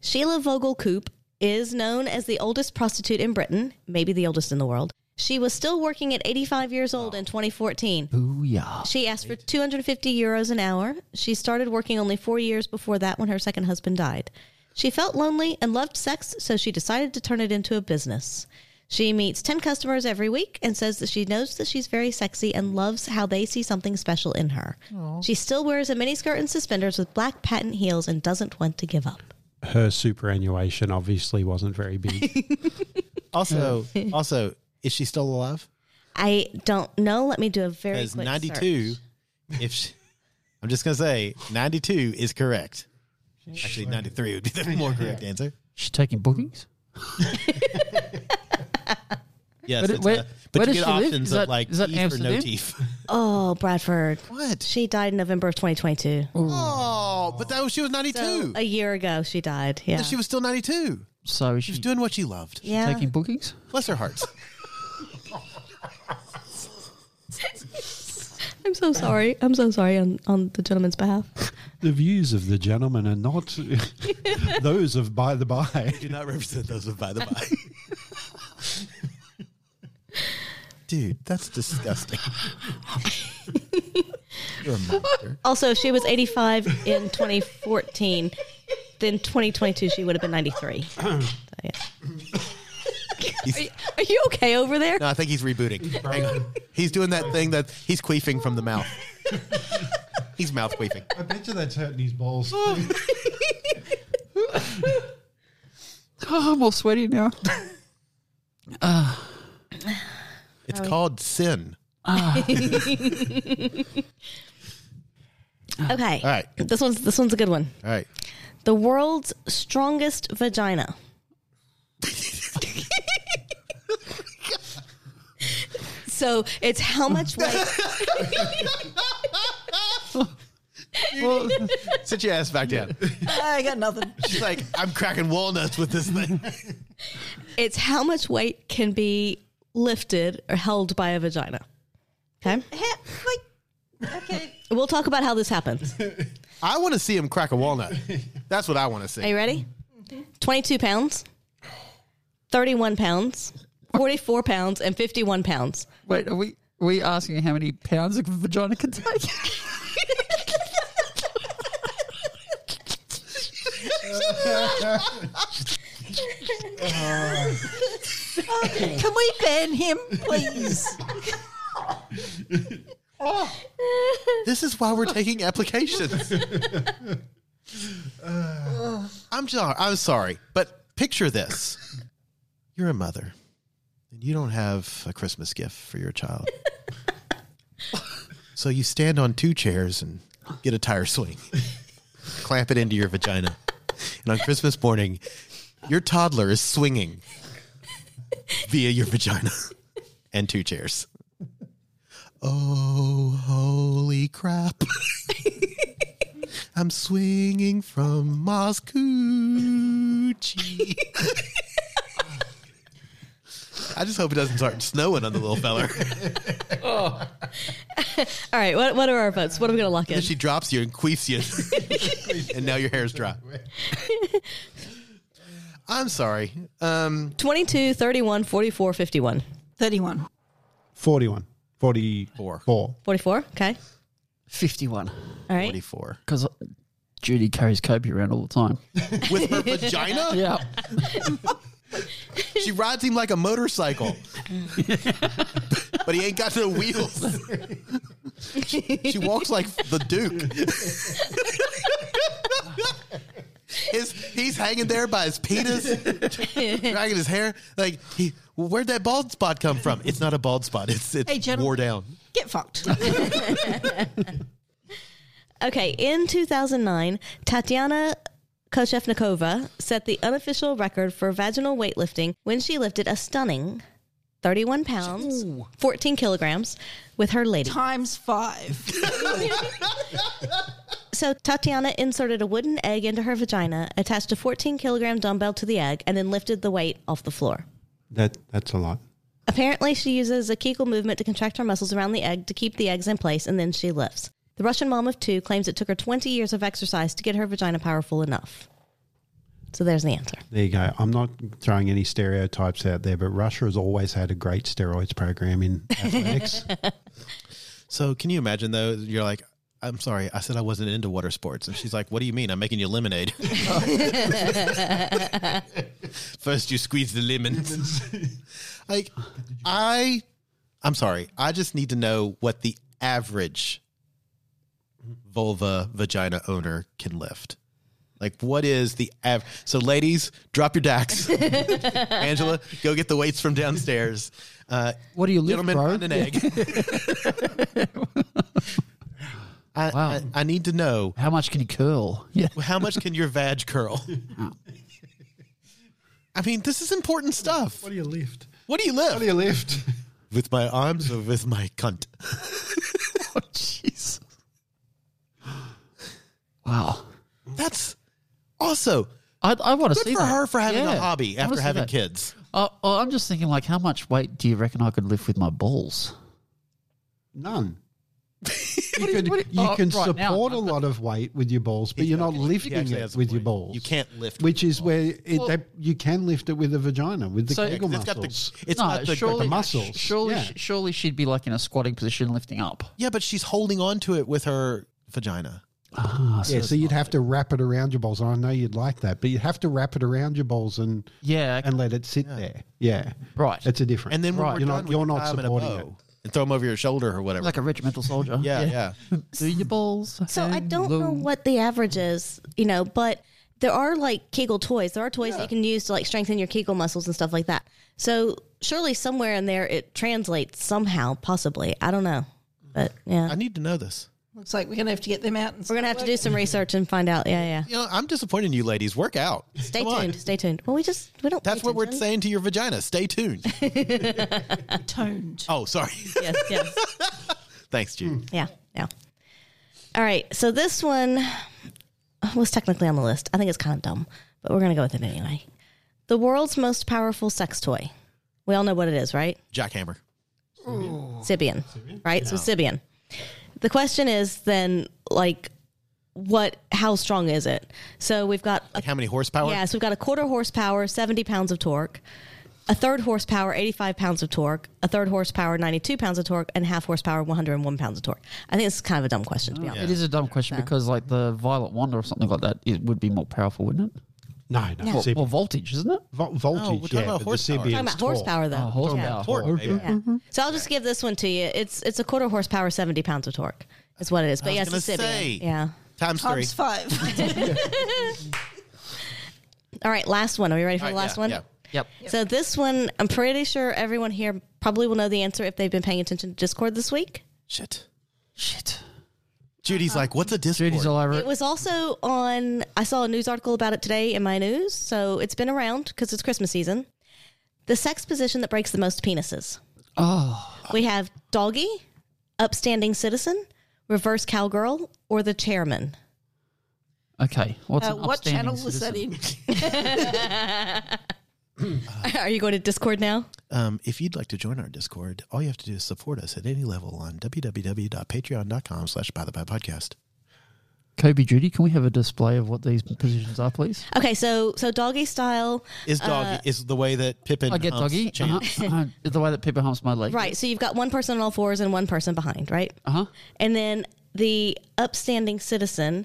Speaker 5: Sheila Vogel Coop is known as the oldest prostitute in Britain, maybe the oldest in the world. She was still working at 85 years old in 2014.
Speaker 6: Booyah.
Speaker 5: She asked for 250 euros an hour. She started working only four years before that when her second husband died. She felt lonely and loved sex, so she decided to turn it into a business. She meets 10 customers every week and says that she knows that she's very sexy and loves how they see something special in her. She still wears a miniskirt and suspenders with black patent heels and doesn't want to give up.
Speaker 7: Her superannuation obviously wasn't very big.
Speaker 4: Also, also, is she still alive?
Speaker 5: I don't know. Let me do a very
Speaker 4: Because
Speaker 5: quick
Speaker 4: 92,
Speaker 5: search.
Speaker 4: if she, I'm just going to say 92 is correct. Actually, 93 would be the more correct answer.
Speaker 6: She's taking bookings?
Speaker 4: Yes,
Speaker 6: Where do-
Speaker 4: it's,
Speaker 6: where-
Speaker 4: uh,
Speaker 6: where
Speaker 4: but you
Speaker 6: does
Speaker 4: get
Speaker 6: she live?
Speaker 4: options
Speaker 6: Is
Speaker 4: of
Speaker 6: that-
Speaker 4: like
Speaker 6: is that
Speaker 4: teeth or no
Speaker 6: Amsterdam?
Speaker 4: teeth.
Speaker 5: Oh, Bradford.
Speaker 4: What?
Speaker 5: She died in November of 2022.
Speaker 4: Oh, but that was, she was 92.
Speaker 5: So uh, a year ago, she died.
Speaker 4: And
Speaker 5: Yeah.
Speaker 4: Oh, She was still 92.
Speaker 6: So is
Speaker 4: She
Speaker 6: she
Speaker 4: was doing what she loved.
Speaker 5: yeah.
Speaker 6: taking bookings?
Speaker 4: Bless her hearts.
Speaker 5: I'm so sorry. I'm so sorry on, on the gentleman's behalf.
Speaker 7: the views of the gentleman are not those of by the by.
Speaker 4: Do not represent those of by the by. Dude, that's disgusting. You're a monster.
Speaker 5: Also, if she was 85 in 2014, then 2022 she would have been 93. So, yeah.
Speaker 4: He's-
Speaker 5: Are you okay over there?
Speaker 4: no, I think he's rebooting. Hang on. He's doing that thing that he's queefing from the mouth. he's mouth queefing.
Speaker 7: I bet you that's hurting his balls.
Speaker 6: Oh, I'm all sweaty now. Uh.
Speaker 5: Oh,
Speaker 4: It's called sin.
Speaker 5: Okay.
Speaker 4: Ah. All right.
Speaker 5: This one's this one's a good one.
Speaker 4: All right.
Speaker 5: The world's strongest vagina. so it's how much weight.
Speaker 4: Well, sit your ass back down.
Speaker 8: I got nothing.
Speaker 4: She's like, I'm cracking walnuts with this thing.
Speaker 5: It's how much weight can be lifted or held by a vagina. Okay.
Speaker 8: okay.
Speaker 5: We'll talk about how this happens.
Speaker 4: I want to see him crack a walnut. That's what I want to see.
Speaker 5: Are you ready?
Speaker 4: Mm-hmm.
Speaker 5: 22 pounds, 31 pounds, 44 pounds, and 51 pounds.
Speaker 6: Wait, are we are we asking how many pounds a vagina can take?
Speaker 8: Can we ban him, please?
Speaker 4: This is why we're taking applications. Uh, I'm sorry. I'm sorry, but picture this: you're a mother, and you don't have a Christmas gift for your child. so you stand on two chairs and get a tire swing, clamp it into your vagina, and on Christmas morning, your toddler is swinging via your vagina and two chairs. Oh, holy crap. I'm swinging from Moscoochie. I just hope it doesn't start snowing on the little feller.
Speaker 5: All right, what, what are our votes? What are we going to lock in?
Speaker 4: And then she drops you and queefs you. and now your hair's dry. I'm sorry. Um,
Speaker 5: 22, 31, 44, 51.
Speaker 8: 31.
Speaker 7: 41. 44. Four.
Speaker 5: 44, okay.
Speaker 6: 51.
Speaker 5: All right.
Speaker 4: 44.
Speaker 6: Because Judy carries Kobe around all the time.
Speaker 4: With her vagina?
Speaker 6: Yeah.
Speaker 4: She rides him like a motorcycle. but he ain't got no wheels. she walks like the Duke. his, he's hanging there by his penis, dragging his hair. Like, he, well, where'd that bald spot come from? It's not a bald spot. It's, it's
Speaker 8: Hey, gentlemen.
Speaker 4: wore down.
Speaker 8: Get fucked.
Speaker 5: Okay, in 2009, Tatiana Kochevnikova set the unofficial record for vaginal weightlifting when she lifted a stunning 31 pounds, 14 kilograms with her lady.
Speaker 8: Times five.
Speaker 5: So Tatiana inserted a wooden egg into her vagina, attached a 14 kilogram dumbbell to the egg, and then lifted the weight off the floor.
Speaker 7: That, that's a lot.
Speaker 5: Apparently, she uses a Kegel movement to contract her muscles around the egg to keep the eggs in place, and then she lifts. The Russian mom of two claims it took her 20 years of exercise to get her vagina powerful enough. So there's the answer.
Speaker 7: There you go. I'm not throwing any stereotypes out there, but Russia has always had a great steroids program in athletics.
Speaker 4: So can you imagine though? You're like, I'm sorry, I said I wasn't into water sports, and she's like, "What do you mean? I'm making you lemonade." First, you squeeze the lemons. like, I, I'm sorry, I just need to know what the average vulva vagina owner can lift. Like, what is the average? So, ladies, drop your dacks. Angela, go get the weights from downstairs. Uh,
Speaker 6: What do you lift,
Speaker 4: Gentlemen,
Speaker 6: bro?
Speaker 4: find an egg. I, I, I need to know
Speaker 6: How much can you curl? Yeah.
Speaker 4: how much can your vag curl? I mean, this is important stuff.
Speaker 7: do you lift?
Speaker 4: What do you lift?
Speaker 7: What do you lift?
Speaker 4: with my arms or with my cunt?
Speaker 6: Oh, jeez. Wow.
Speaker 4: That's also
Speaker 6: I, I want to
Speaker 4: good
Speaker 6: see
Speaker 4: for
Speaker 6: that.
Speaker 4: her for having a
Speaker 6: Yeah.
Speaker 4: hobby
Speaker 6: I wanna
Speaker 4: after
Speaker 6: see
Speaker 4: having
Speaker 6: that.
Speaker 4: kids.
Speaker 6: I, I- I'm just thinking, like, how much weight do you reckon I could lift with my balls?
Speaker 7: None. You, could,
Speaker 6: what do you-
Speaker 7: you
Speaker 6: oh,
Speaker 7: can
Speaker 6: right, now
Speaker 7: support
Speaker 6: I'm
Speaker 7: a lot of weight with your balls, but you're not
Speaker 4: He
Speaker 7: lifting
Speaker 4: actually
Speaker 7: it
Speaker 4: has a
Speaker 7: with your
Speaker 4: point.
Speaker 7: balls.
Speaker 4: You can't lift,
Speaker 7: Which is where it,
Speaker 6: Well-
Speaker 7: that, you can lift it with a vagina, with the
Speaker 6: So-
Speaker 7: Kegel
Speaker 4: It's got the.
Speaker 7: muscles.
Speaker 4: It's not the,
Speaker 7: surely-
Speaker 4: the muscle.
Speaker 7: muscles.
Speaker 6: Surely,
Speaker 7: Yeah.
Speaker 6: surely she'd be like in a squatting position, lifting up.
Speaker 4: Yeah, but she's holding on to it with her vagina.
Speaker 6: Ah,
Speaker 7: yeah, so you'd have to wrap it around your balls. And I know you'd like that, but you'd have to wrap it around your balls and,
Speaker 6: yeah,
Speaker 7: and let it sit there. Yeah.
Speaker 6: right.
Speaker 7: It's a different.
Speaker 4: And then when
Speaker 6: Right.
Speaker 4: we're
Speaker 7: You're not-
Speaker 4: done, we
Speaker 7: you're
Speaker 4: can
Speaker 7: not
Speaker 4: tie 'em in a
Speaker 7: supporting
Speaker 4: bow and throw them over your shoulder or whatever.
Speaker 6: like a regimental soldier.
Speaker 4: yeah, yeah.
Speaker 6: Do your balls.
Speaker 5: So I
Speaker 6: hang
Speaker 5: don't know
Speaker 6: low?
Speaker 5: what the average is, you know, but there are like Kegel toys. There are toys that you can use to like strengthen your Kegel muscles and stuff like that. So surely somewhere in there it translates somehow, possibly. I don't know. But yeah.
Speaker 4: I need to know this.
Speaker 8: Looks like we're going to have to get them out. And
Speaker 5: We're going to have to do some research and find out. Yeah, yeah.
Speaker 4: You know, I'm disappointed in you ladies. Work out.
Speaker 5: Stay
Speaker 4: Come on.
Speaker 5: tuned. Stay tuned. Well, we just, we don't.
Speaker 4: That's
Speaker 5: pay
Speaker 4: what we're
Speaker 5: attention.
Speaker 4: saying to your vagina. Stay tuned.
Speaker 8: toned.
Speaker 4: Oh, sorry.
Speaker 5: Yes, Mm. yes.
Speaker 4: Thanks, Jude.
Speaker 5: Yeah, yeah. All right. So this one was technically on the list. I think it's kind of dumb, but we're going to go with it anyway. The world's most powerful sex toy. We all know what it is, right?
Speaker 4: Jackhammer.
Speaker 5: Sibian, right? So Sibian. The question is then, like, what? How strong is it? So we've got
Speaker 4: Like how many horsepower?
Speaker 5: yeah, so we've got a quarter horsepower, 70 pounds of torque, a third horsepower, 85 pounds of torque, a third horsepower, 92 pounds of torque, and half horsepower, 101 pounds of torque. I think it's kind of a dumb question,
Speaker 4: Oh,
Speaker 5: to be honest.
Speaker 6: It is a dumb question
Speaker 5: No.
Speaker 6: because like the Violet Wonder or something like that, it would be more powerful, wouldn't it?
Speaker 7: No, no.
Speaker 6: Well,
Speaker 7: Sibian.
Speaker 6: well, voltage, isn't it?
Speaker 7: Vo- voltage,
Speaker 4: No, Oh, we're talking
Speaker 7: yeah,
Speaker 4: about
Speaker 7: but
Speaker 4: horsepower.
Speaker 7: The
Speaker 4: We're
Speaker 7: Sibian's
Speaker 5: talking about horsepower, though.
Speaker 6: Oh, horsepower.
Speaker 4: Torque,
Speaker 6: Oh,
Speaker 4: baby.
Speaker 6: okay.
Speaker 5: Yeah.
Speaker 8: Mm-hmm.
Speaker 5: So I'll just give this one to you. It's it's a quarter horsepower, 70 pounds of torque, is what it is. But
Speaker 4: was
Speaker 5: yes, it's
Speaker 4: gonna
Speaker 5: Sibian.
Speaker 4: say.
Speaker 5: Yeah.
Speaker 4: Times three.
Speaker 8: Times five.
Speaker 5: All right, last one. Are we ready for
Speaker 4: All
Speaker 5: the
Speaker 4: right,
Speaker 5: last
Speaker 4: yeah,
Speaker 5: one?
Speaker 4: yeah.
Speaker 6: Yep.
Speaker 5: So this one, I'm pretty sure everyone here probably will know the answer if they've been paying attention to Discord this week.
Speaker 4: Shit.
Speaker 6: Shit.
Speaker 4: Judy's like, what's a Discord?
Speaker 6: Judy's all over
Speaker 5: It
Speaker 6: it.
Speaker 5: was also on. I saw a news article about it today in my news, so it's been around because it's Christmas season. The sex position that breaks the most penises.
Speaker 6: Oh,
Speaker 5: We have doggy, upstanding citizen, reverse cowgirl, or the chairman.
Speaker 6: okay. What's
Speaker 8: Uh,
Speaker 6: an
Speaker 8: what
Speaker 6: upstanding
Speaker 8: channel was that
Speaker 6: citizen?
Speaker 8: in?
Speaker 5: Are you going to Discord now?
Speaker 4: Um, if you'd like to join our Discord, all you have to do is support us at any level on www.patreon.com slash by the by podcast.
Speaker 6: Kobe Judy, can we have a display of what these positions are, please?
Speaker 5: Okay, so so doggy style, uh,
Speaker 4: Is doggy is the way that Pippin
Speaker 6: I get
Speaker 4: humps
Speaker 6: doggy.
Speaker 4: Chan.
Speaker 6: Uh-huh. the way that Pippa humps my leg.
Speaker 5: right? So you've got one person on all fours and one person behind, right?
Speaker 6: Uh huh.
Speaker 5: And then the upstanding citizen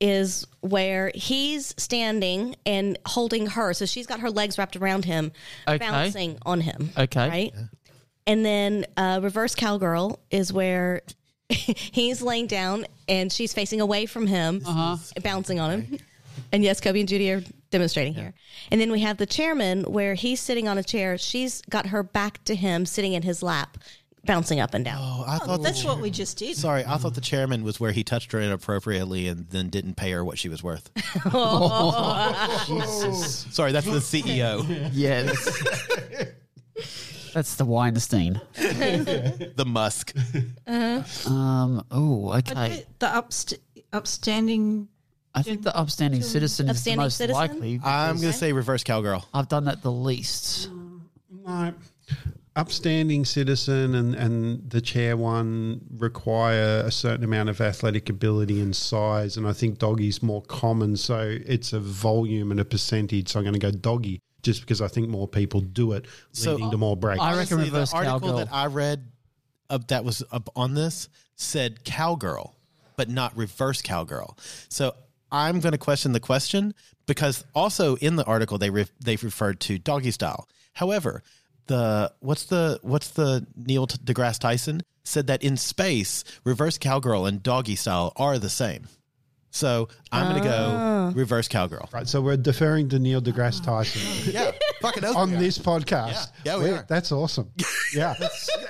Speaker 5: is where he's standing and holding her. So she's got her legs wrapped around him,
Speaker 6: Okay.
Speaker 5: bouncing on him.
Speaker 6: Okay.
Speaker 5: Right? And then uh, reverse cowgirl is where he's laying down and she's facing away from him,
Speaker 6: Uh-huh.
Speaker 5: bouncing on him. And yes, Kobe and Judy are demonstrating here. And then we have the chairman where he's sitting on a chair. She's got her back to him, sitting in his lap, bouncing up and down.
Speaker 4: Oh, I thought
Speaker 8: That's
Speaker 4: the
Speaker 8: what we just did.
Speaker 4: Sorry, I thought the chairman was where he touched her inappropriately and then didn't pay her what she was worth.
Speaker 5: Oh.
Speaker 6: Oh,
Speaker 4: Sorry, that's the E CEO,
Speaker 6: Yeah. That's, that's the Weinstein.
Speaker 4: the Musk.
Speaker 5: Uh-huh.
Speaker 6: Um. Oh,
Speaker 8: But
Speaker 6: okay.
Speaker 8: The upst- upstanding.
Speaker 6: I think the upstanding citizen is the
Speaker 5: Upstanding
Speaker 6: most
Speaker 5: citizen?
Speaker 6: likely.
Speaker 4: I'm going to say reverse cowgirl.
Speaker 6: I've done that the least.
Speaker 5: Mm,
Speaker 7: No. Upstanding citizen and, and the chair one require a certain amount of athletic ability and size, and I think doggy's more common, so it's a volume and a percentage. So I'm going to go doggy just because I think more people do it,
Speaker 4: So-
Speaker 7: leading to more breaks.
Speaker 6: I reckon
Speaker 4: Honestly,
Speaker 6: reverse
Speaker 4: the article
Speaker 6: cowgirl.
Speaker 4: that I read uh, that was up on this said cowgirl, but not reverse cowgirl. So I'm going to question the question because also in the article they re- they referred to doggy style. However, the what's the what's the Neil T- deGrasse Tyson said that in space reverse cowgirl and doggy style are the same. So I'm going to
Speaker 6: Ah.
Speaker 4: go reverse cowgirl.
Speaker 7: Right, so we're deferring to Neil deGrasse Tyson.
Speaker 4: Ah. Yeah, fucking oath
Speaker 7: On
Speaker 4: we are.
Speaker 7: this podcast,
Speaker 4: Yeah. Yeah, we
Speaker 7: We're-
Speaker 4: are.
Speaker 7: That's awesome. Yeah,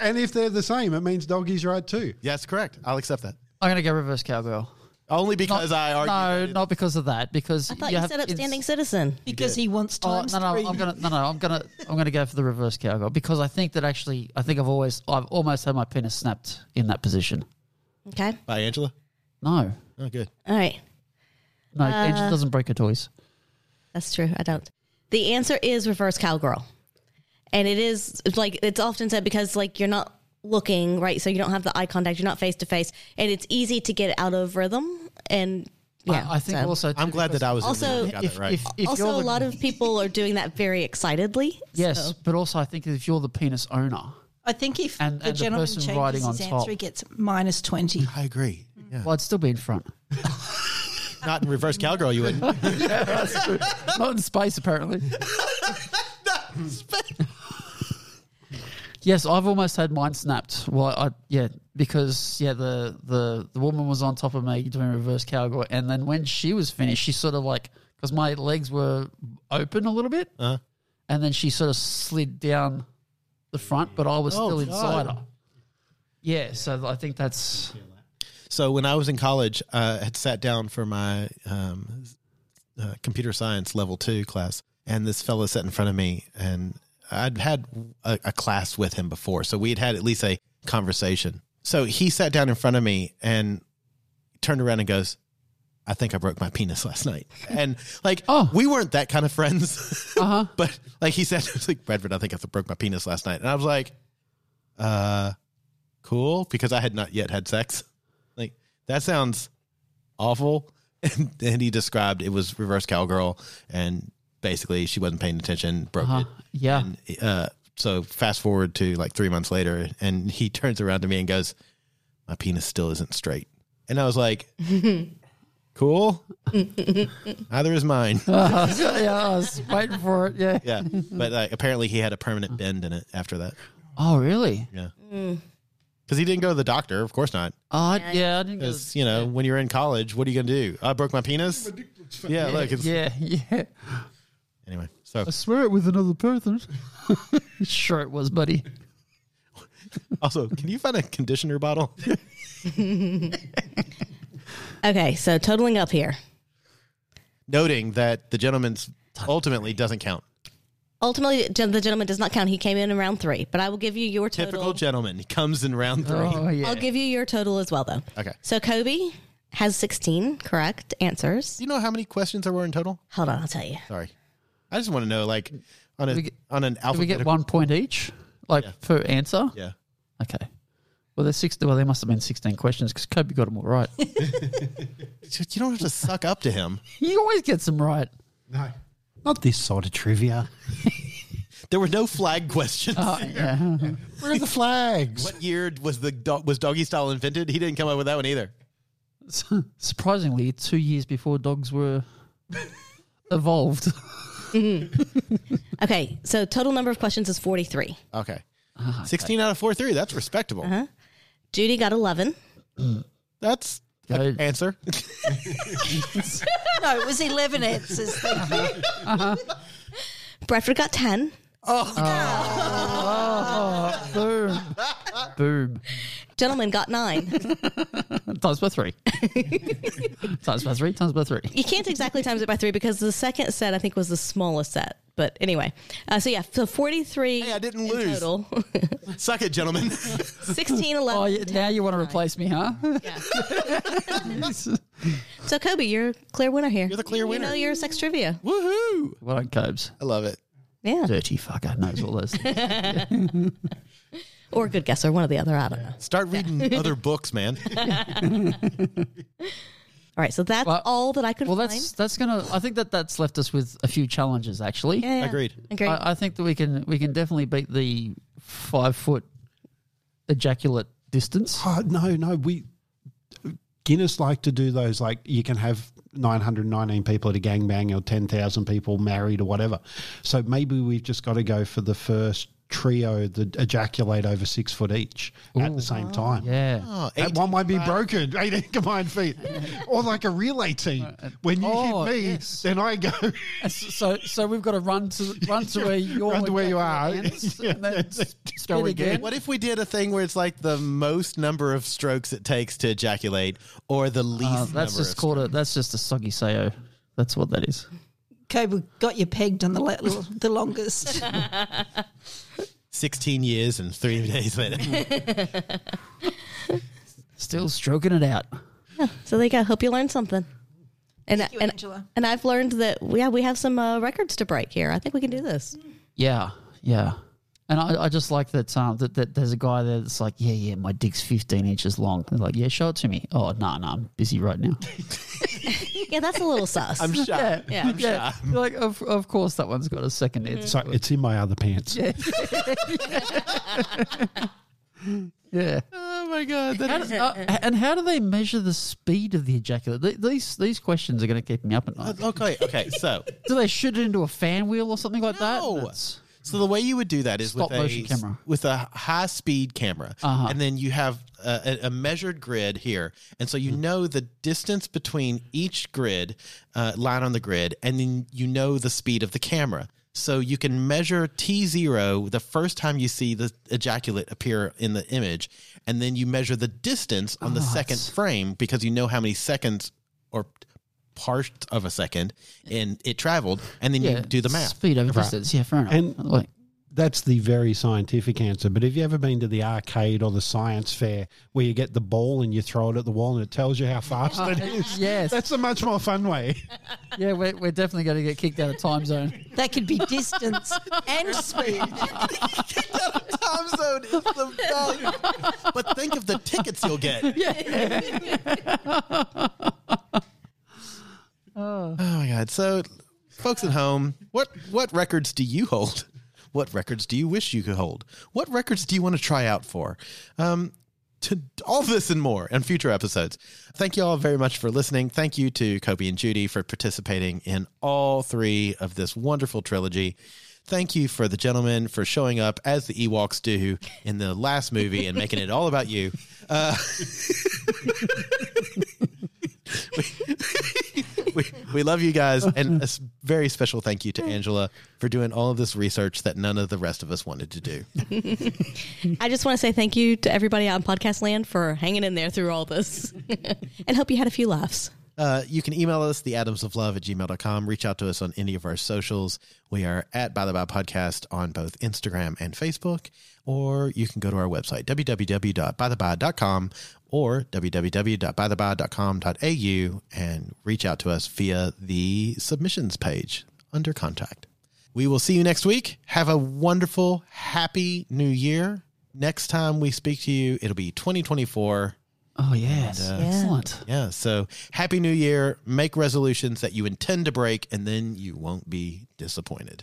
Speaker 7: and if they're the same, it means doggy's right too.
Speaker 4: Yes, correct. I'll accept that.
Speaker 6: I'm gonna go reverse cowgirl.
Speaker 4: Only
Speaker 6: Not-
Speaker 4: because I argued.
Speaker 6: No, not because of that. Because
Speaker 5: I thought
Speaker 6: you
Speaker 5: you,
Speaker 6: have-
Speaker 5: said
Speaker 6: it's-
Speaker 5: upstanding citizen.
Speaker 8: Because he wants
Speaker 6: Oh,
Speaker 8: times
Speaker 6: no, no,
Speaker 8: three.
Speaker 6: I'm gonna, no, no, I'm gonna, I'm gonna go for the reverse cowgirl because I think that actually, I think I've always, I've almost had my penis snapped in that position.
Speaker 5: Okay.
Speaker 4: By Angela.
Speaker 6: No,
Speaker 4: Oh, good.
Speaker 5: All right.
Speaker 6: no,
Speaker 5: Uh,
Speaker 6: Angela doesn't break her toys.
Speaker 5: That's true. I don't. The answer is reverse cowgirl. And it is it's like it's often said because like you're not looking, right? So you don't have the eye contact, you're not face to face, and it's easy to get out of rhythm and yeah.
Speaker 6: I, I think
Speaker 5: so.
Speaker 6: also. too,
Speaker 4: I'm glad that I was
Speaker 5: Also-
Speaker 4: in the room that got
Speaker 6: if,
Speaker 4: that right.
Speaker 6: if, if
Speaker 5: also
Speaker 6: you're
Speaker 5: a
Speaker 6: the-
Speaker 5: lot of people are doing that very excitedly.
Speaker 6: yes,
Speaker 5: so-
Speaker 6: but also I think if you're the penis owner,
Speaker 8: I think if
Speaker 6: And-
Speaker 8: the
Speaker 6: and the
Speaker 8: gentleman
Speaker 6: person
Speaker 8: changes
Speaker 6: riding on
Speaker 8: his
Speaker 6: top.
Speaker 8: answer, he gets minus 20.
Speaker 4: I agree. Yeah.
Speaker 6: well, I'd still be in front.
Speaker 4: Not in reverse cowgirl, you wouldn't.
Speaker 6: Not in space, apparently. yes, I've almost had mine snapped. Well, I yeah, because yeah, the the the woman was on top of me doing reverse cowgirl, and then when she was finished, she sort of like because my legs were open a little bit,
Speaker 4: Uh-huh.
Speaker 6: and then she sort of slid down the front, but I was
Speaker 4: Oh,
Speaker 6: still inside her. Yeah, so I think that's
Speaker 4: So when I was in college, uh, I had sat down for my um, uh, computer science level two class, and this fellow sat in front of me, and I'd had a, a class with him before, so we had had at least a conversation. So he sat down in front of me and turned around and goes, I think I broke my penis last night. And like, oh, we weren't that kind of friends.
Speaker 6: Uh huh.
Speaker 4: but like he said, it's like, Bradford, I think I broke my penis last night. And I was like, uh, cool. Because I had not yet had sex. Like, that sounds awful. And, and he described it was reverse cowgirl. And basically, she wasn't paying attention, broke
Speaker 6: Uh-huh.
Speaker 4: it
Speaker 6: Yeah.
Speaker 4: uh, so fast forward to like three months later, and he turns around to me and goes, "My penis still isn't straight," and I was like, "Cool, neither is mine."
Speaker 6: I was- yeah, I was waiting for it. Yeah.
Speaker 4: yeah, but like, apparently he had a permanent bend in it after that.
Speaker 6: Oh, really?
Speaker 4: Yeah,
Speaker 5: Mm.
Speaker 4: because he didn't go to the doctor. Of course not.
Speaker 6: Oh, I- yeah. I didn't go.
Speaker 4: Because you know, when you're in college, what are you gonna do? "Oh, I broke my penis. Yeah, look. It's,
Speaker 6: yeah, yeah.
Speaker 4: Anyway, so
Speaker 6: I swear it with another person. sure it was, buddy.
Speaker 4: also, can you find a conditioner bottle?
Speaker 5: Okay, so totaling up here.
Speaker 4: Noting that the gentleman's ultimately doesn't count.
Speaker 5: Ultimately, gen- the gentleman does not count. He came in in round three, but I will give you your total.
Speaker 4: Typical gentleman. He comes in round three.
Speaker 6: Oh, yeah.
Speaker 5: I'll give you your total as well, though.
Speaker 4: Okay.
Speaker 5: So Kobe has 16 correct answers.
Speaker 4: Do you know how many questions there were in total?
Speaker 5: Hold on, I'll tell you.
Speaker 4: Sorry, I just want to know, like, on a
Speaker 6: We get-
Speaker 4: on an
Speaker 6: Did we get
Speaker 4: alphabetical.
Speaker 6: one point each? Like
Speaker 4: Yeah.
Speaker 6: per answer?
Speaker 4: Yeah,
Speaker 6: Okay. Well, there's six. Well, there must have been 16 questions because Kobe got them all right.
Speaker 4: Just- you don't have to suck up to him.
Speaker 6: he always gets them right.
Speaker 7: No.
Speaker 4: Not this sort of trivia. there were no flag questions.
Speaker 6: Oh, yeah.
Speaker 7: Where are the flags?
Speaker 4: what year was the dog, was doggy style invented? He didn't come up with that one either.
Speaker 6: Su- Surprisingly, two years before dogs were evolved.
Speaker 5: Okay, so total number of questions is 43.
Speaker 4: Okay,
Speaker 6: Ah,
Speaker 4: sixteen out of four three. That's respectable.
Speaker 5: Uh-huh. Judy got 11.
Speaker 4: That's an
Speaker 6: Go-
Speaker 4: answer.
Speaker 8: No, it was 11 answers. Thank you.
Speaker 6: Uh-huh.
Speaker 5: Bradford got 10.
Speaker 4: Oh,
Speaker 6: Oh, Boom. Ah. Boom.
Speaker 5: Gentleman got 9.
Speaker 6: Times by three. times by three, times by three.
Speaker 5: you can't exactly times it by 3 because the second set I think was the smallest set. But anyway, uh, so yeah, so 43
Speaker 4: Hey, I didn't
Speaker 5: in
Speaker 4: lose.
Speaker 5: total.
Speaker 4: Suck it, gentlemen.
Speaker 5: 16, 11.
Speaker 6: Oh, yeah, now you want to replace me, huh?
Speaker 5: So Kobe, you're a clear winner here.
Speaker 4: You're the clear winner.
Speaker 5: You know you're sex trivia.
Speaker 4: Woohoo!
Speaker 6: Well done, Cobes.
Speaker 4: I love it.
Speaker 5: Yeah.
Speaker 6: Dirty fucker knows all those. things.
Speaker 5: Or a good guesser, one or the other, I don't know.
Speaker 4: Start reading other books, man.
Speaker 5: All right, so that's
Speaker 6: Well-
Speaker 5: all that I could
Speaker 6: well,
Speaker 5: find.
Speaker 6: that's that's gonna. I think that that's left us with a few challenges. Actually,
Speaker 5: Yeah, yeah.
Speaker 4: Agreed.
Speaker 5: Agreed.
Speaker 6: I, I think that we can we can definitely beat the five foot ejaculate distance.
Speaker 7: Oh, no, no. We Guinness like to do those. Like you can have 919 people at a gangbang or 10,000 people married or whatever. So maybe we've just got to go for the first trio that ejaculate over six foot each at the same time.
Speaker 6: Yeah.
Speaker 4: Oh,
Speaker 7: That one might be broken, 18 combined feet, or like a relay team. When you
Speaker 6: Oh,
Speaker 7: hit me,
Speaker 6: yes.
Speaker 7: then I go.
Speaker 6: And s- So so we've got to run to run to where you're
Speaker 7: Run to where you are.
Speaker 6: ends,
Speaker 7: Yeah,
Speaker 6: and then
Speaker 7: that's it.
Speaker 6: spin again.
Speaker 4: What if we did a thing where it's like the most number of strokes it takes to ejaculate, or the least?
Speaker 6: Uh,
Speaker 4: number
Speaker 6: that's just
Speaker 4: of
Speaker 6: called a that's just a soggy sayo. That's what that is.
Speaker 8: Cobra got you pegged on the, la- the longest.
Speaker 4: sixteen years and three days later.
Speaker 6: Still stroking it out.
Speaker 5: so there you go. Hope you learned something. And
Speaker 8: Thank you,
Speaker 5: and,
Speaker 8: Angela.
Speaker 5: and I've learned that yeah we have some uh, records to break here. I think we can do this.
Speaker 6: Yeah, yeah. And I, I just like that, um, that that there's a guy there that's like, yeah, yeah, my dick's 15 inches long. They're like, yeah, show it to me. Oh, no, no, I'm busy right now.
Speaker 5: Yeah, that's a little sus.
Speaker 4: I'm shocked.
Speaker 5: yeah.
Speaker 6: yeah, like of of course that one's got a second answer.
Speaker 7: So it's in my other pants.
Speaker 6: Yeah.
Speaker 4: Oh my god!
Speaker 6: How
Speaker 4: That
Speaker 6: do- uh, and how do they measure the speed of the ejaculate? Th- These these questions are going to keep me up at night.
Speaker 4: is, Uh, okay, okay. So,
Speaker 6: Do they shoot it into a fan wheel or something like that?
Speaker 4: No.
Speaker 6: That's-
Speaker 4: so the way you would do that is
Speaker 6: Stop
Speaker 4: with
Speaker 6: motion
Speaker 4: a
Speaker 6: camera.
Speaker 4: with a high speed camera,
Speaker 6: Uh-huh.
Speaker 4: and then you have a, a- a measured grid here, and so you
Speaker 6: Mm-hmm.
Speaker 4: know the distance between each grid uh, line on the grid, and then you know the speed of the camera. So you can measure T zero the first time you see the ejaculate appear in the image, and then you measure the distance on
Speaker 6: Oh,
Speaker 4: the second frame because you know how many seconds or part of a second and it traveled, and then
Speaker 6: yeah,
Speaker 4: you do the math.
Speaker 6: Speed over distance. Yeah, fair enough.
Speaker 7: And-
Speaker 6: like,
Speaker 7: that's the very scientific answer. But have you ever been to the arcade or the science fair where you get the ball and you throw it at the wall and it tells you how fast it is?
Speaker 6: Yes.
Speaker 7: That's a much more fun way.
Speaker 6: Yeah, we're, we're definitely going to get kicked out of time zone.
Speaker 8: That could be distance and speed.
Speaker 4: Time zone is the best. But think of the tickets you'll get. oh. my god! So, folks at home, what what records do you hold? What records do you wish you could hold? What records do you want to try out for? Um, to all this and more in future episodes. Thank you all very much for listening. Thank you to Kobe and Judy for participating in all three of this wonderful trilogy. Thank you for the gentlemen for showing up as the Ewoks do in the last movie and making it all about you. Uh, we, we love you guys. And a s- very special thank you to Angela for doing all of this research that none of the rest of us wanted to do.
Speaker 5: I just want to say thank you to everybody out in podcast land for hanging in there through all this and hope you had a few laughs.
Speaker 4: Uh, you can email us, theatomsoflove at gmail.com. Reach out to us on any of our socials. We are at By the By Podcast on both Instagram and Facebook. Or you can go to our website, www.bytheby.com or www.bytheby.com.au and reach out to us via the submissions page under contact. We will see you next week. Have a wonderful, happy new year. Next time we speak to you, it'll be 2024.
Speaker 6: Oh, yes.
Speaker 4: And, uh,
Speaker 6: Excellent.
Speaker 4: Yeah. So happy new year. Make resolutions that you intend to break, and then you won't be disappointed.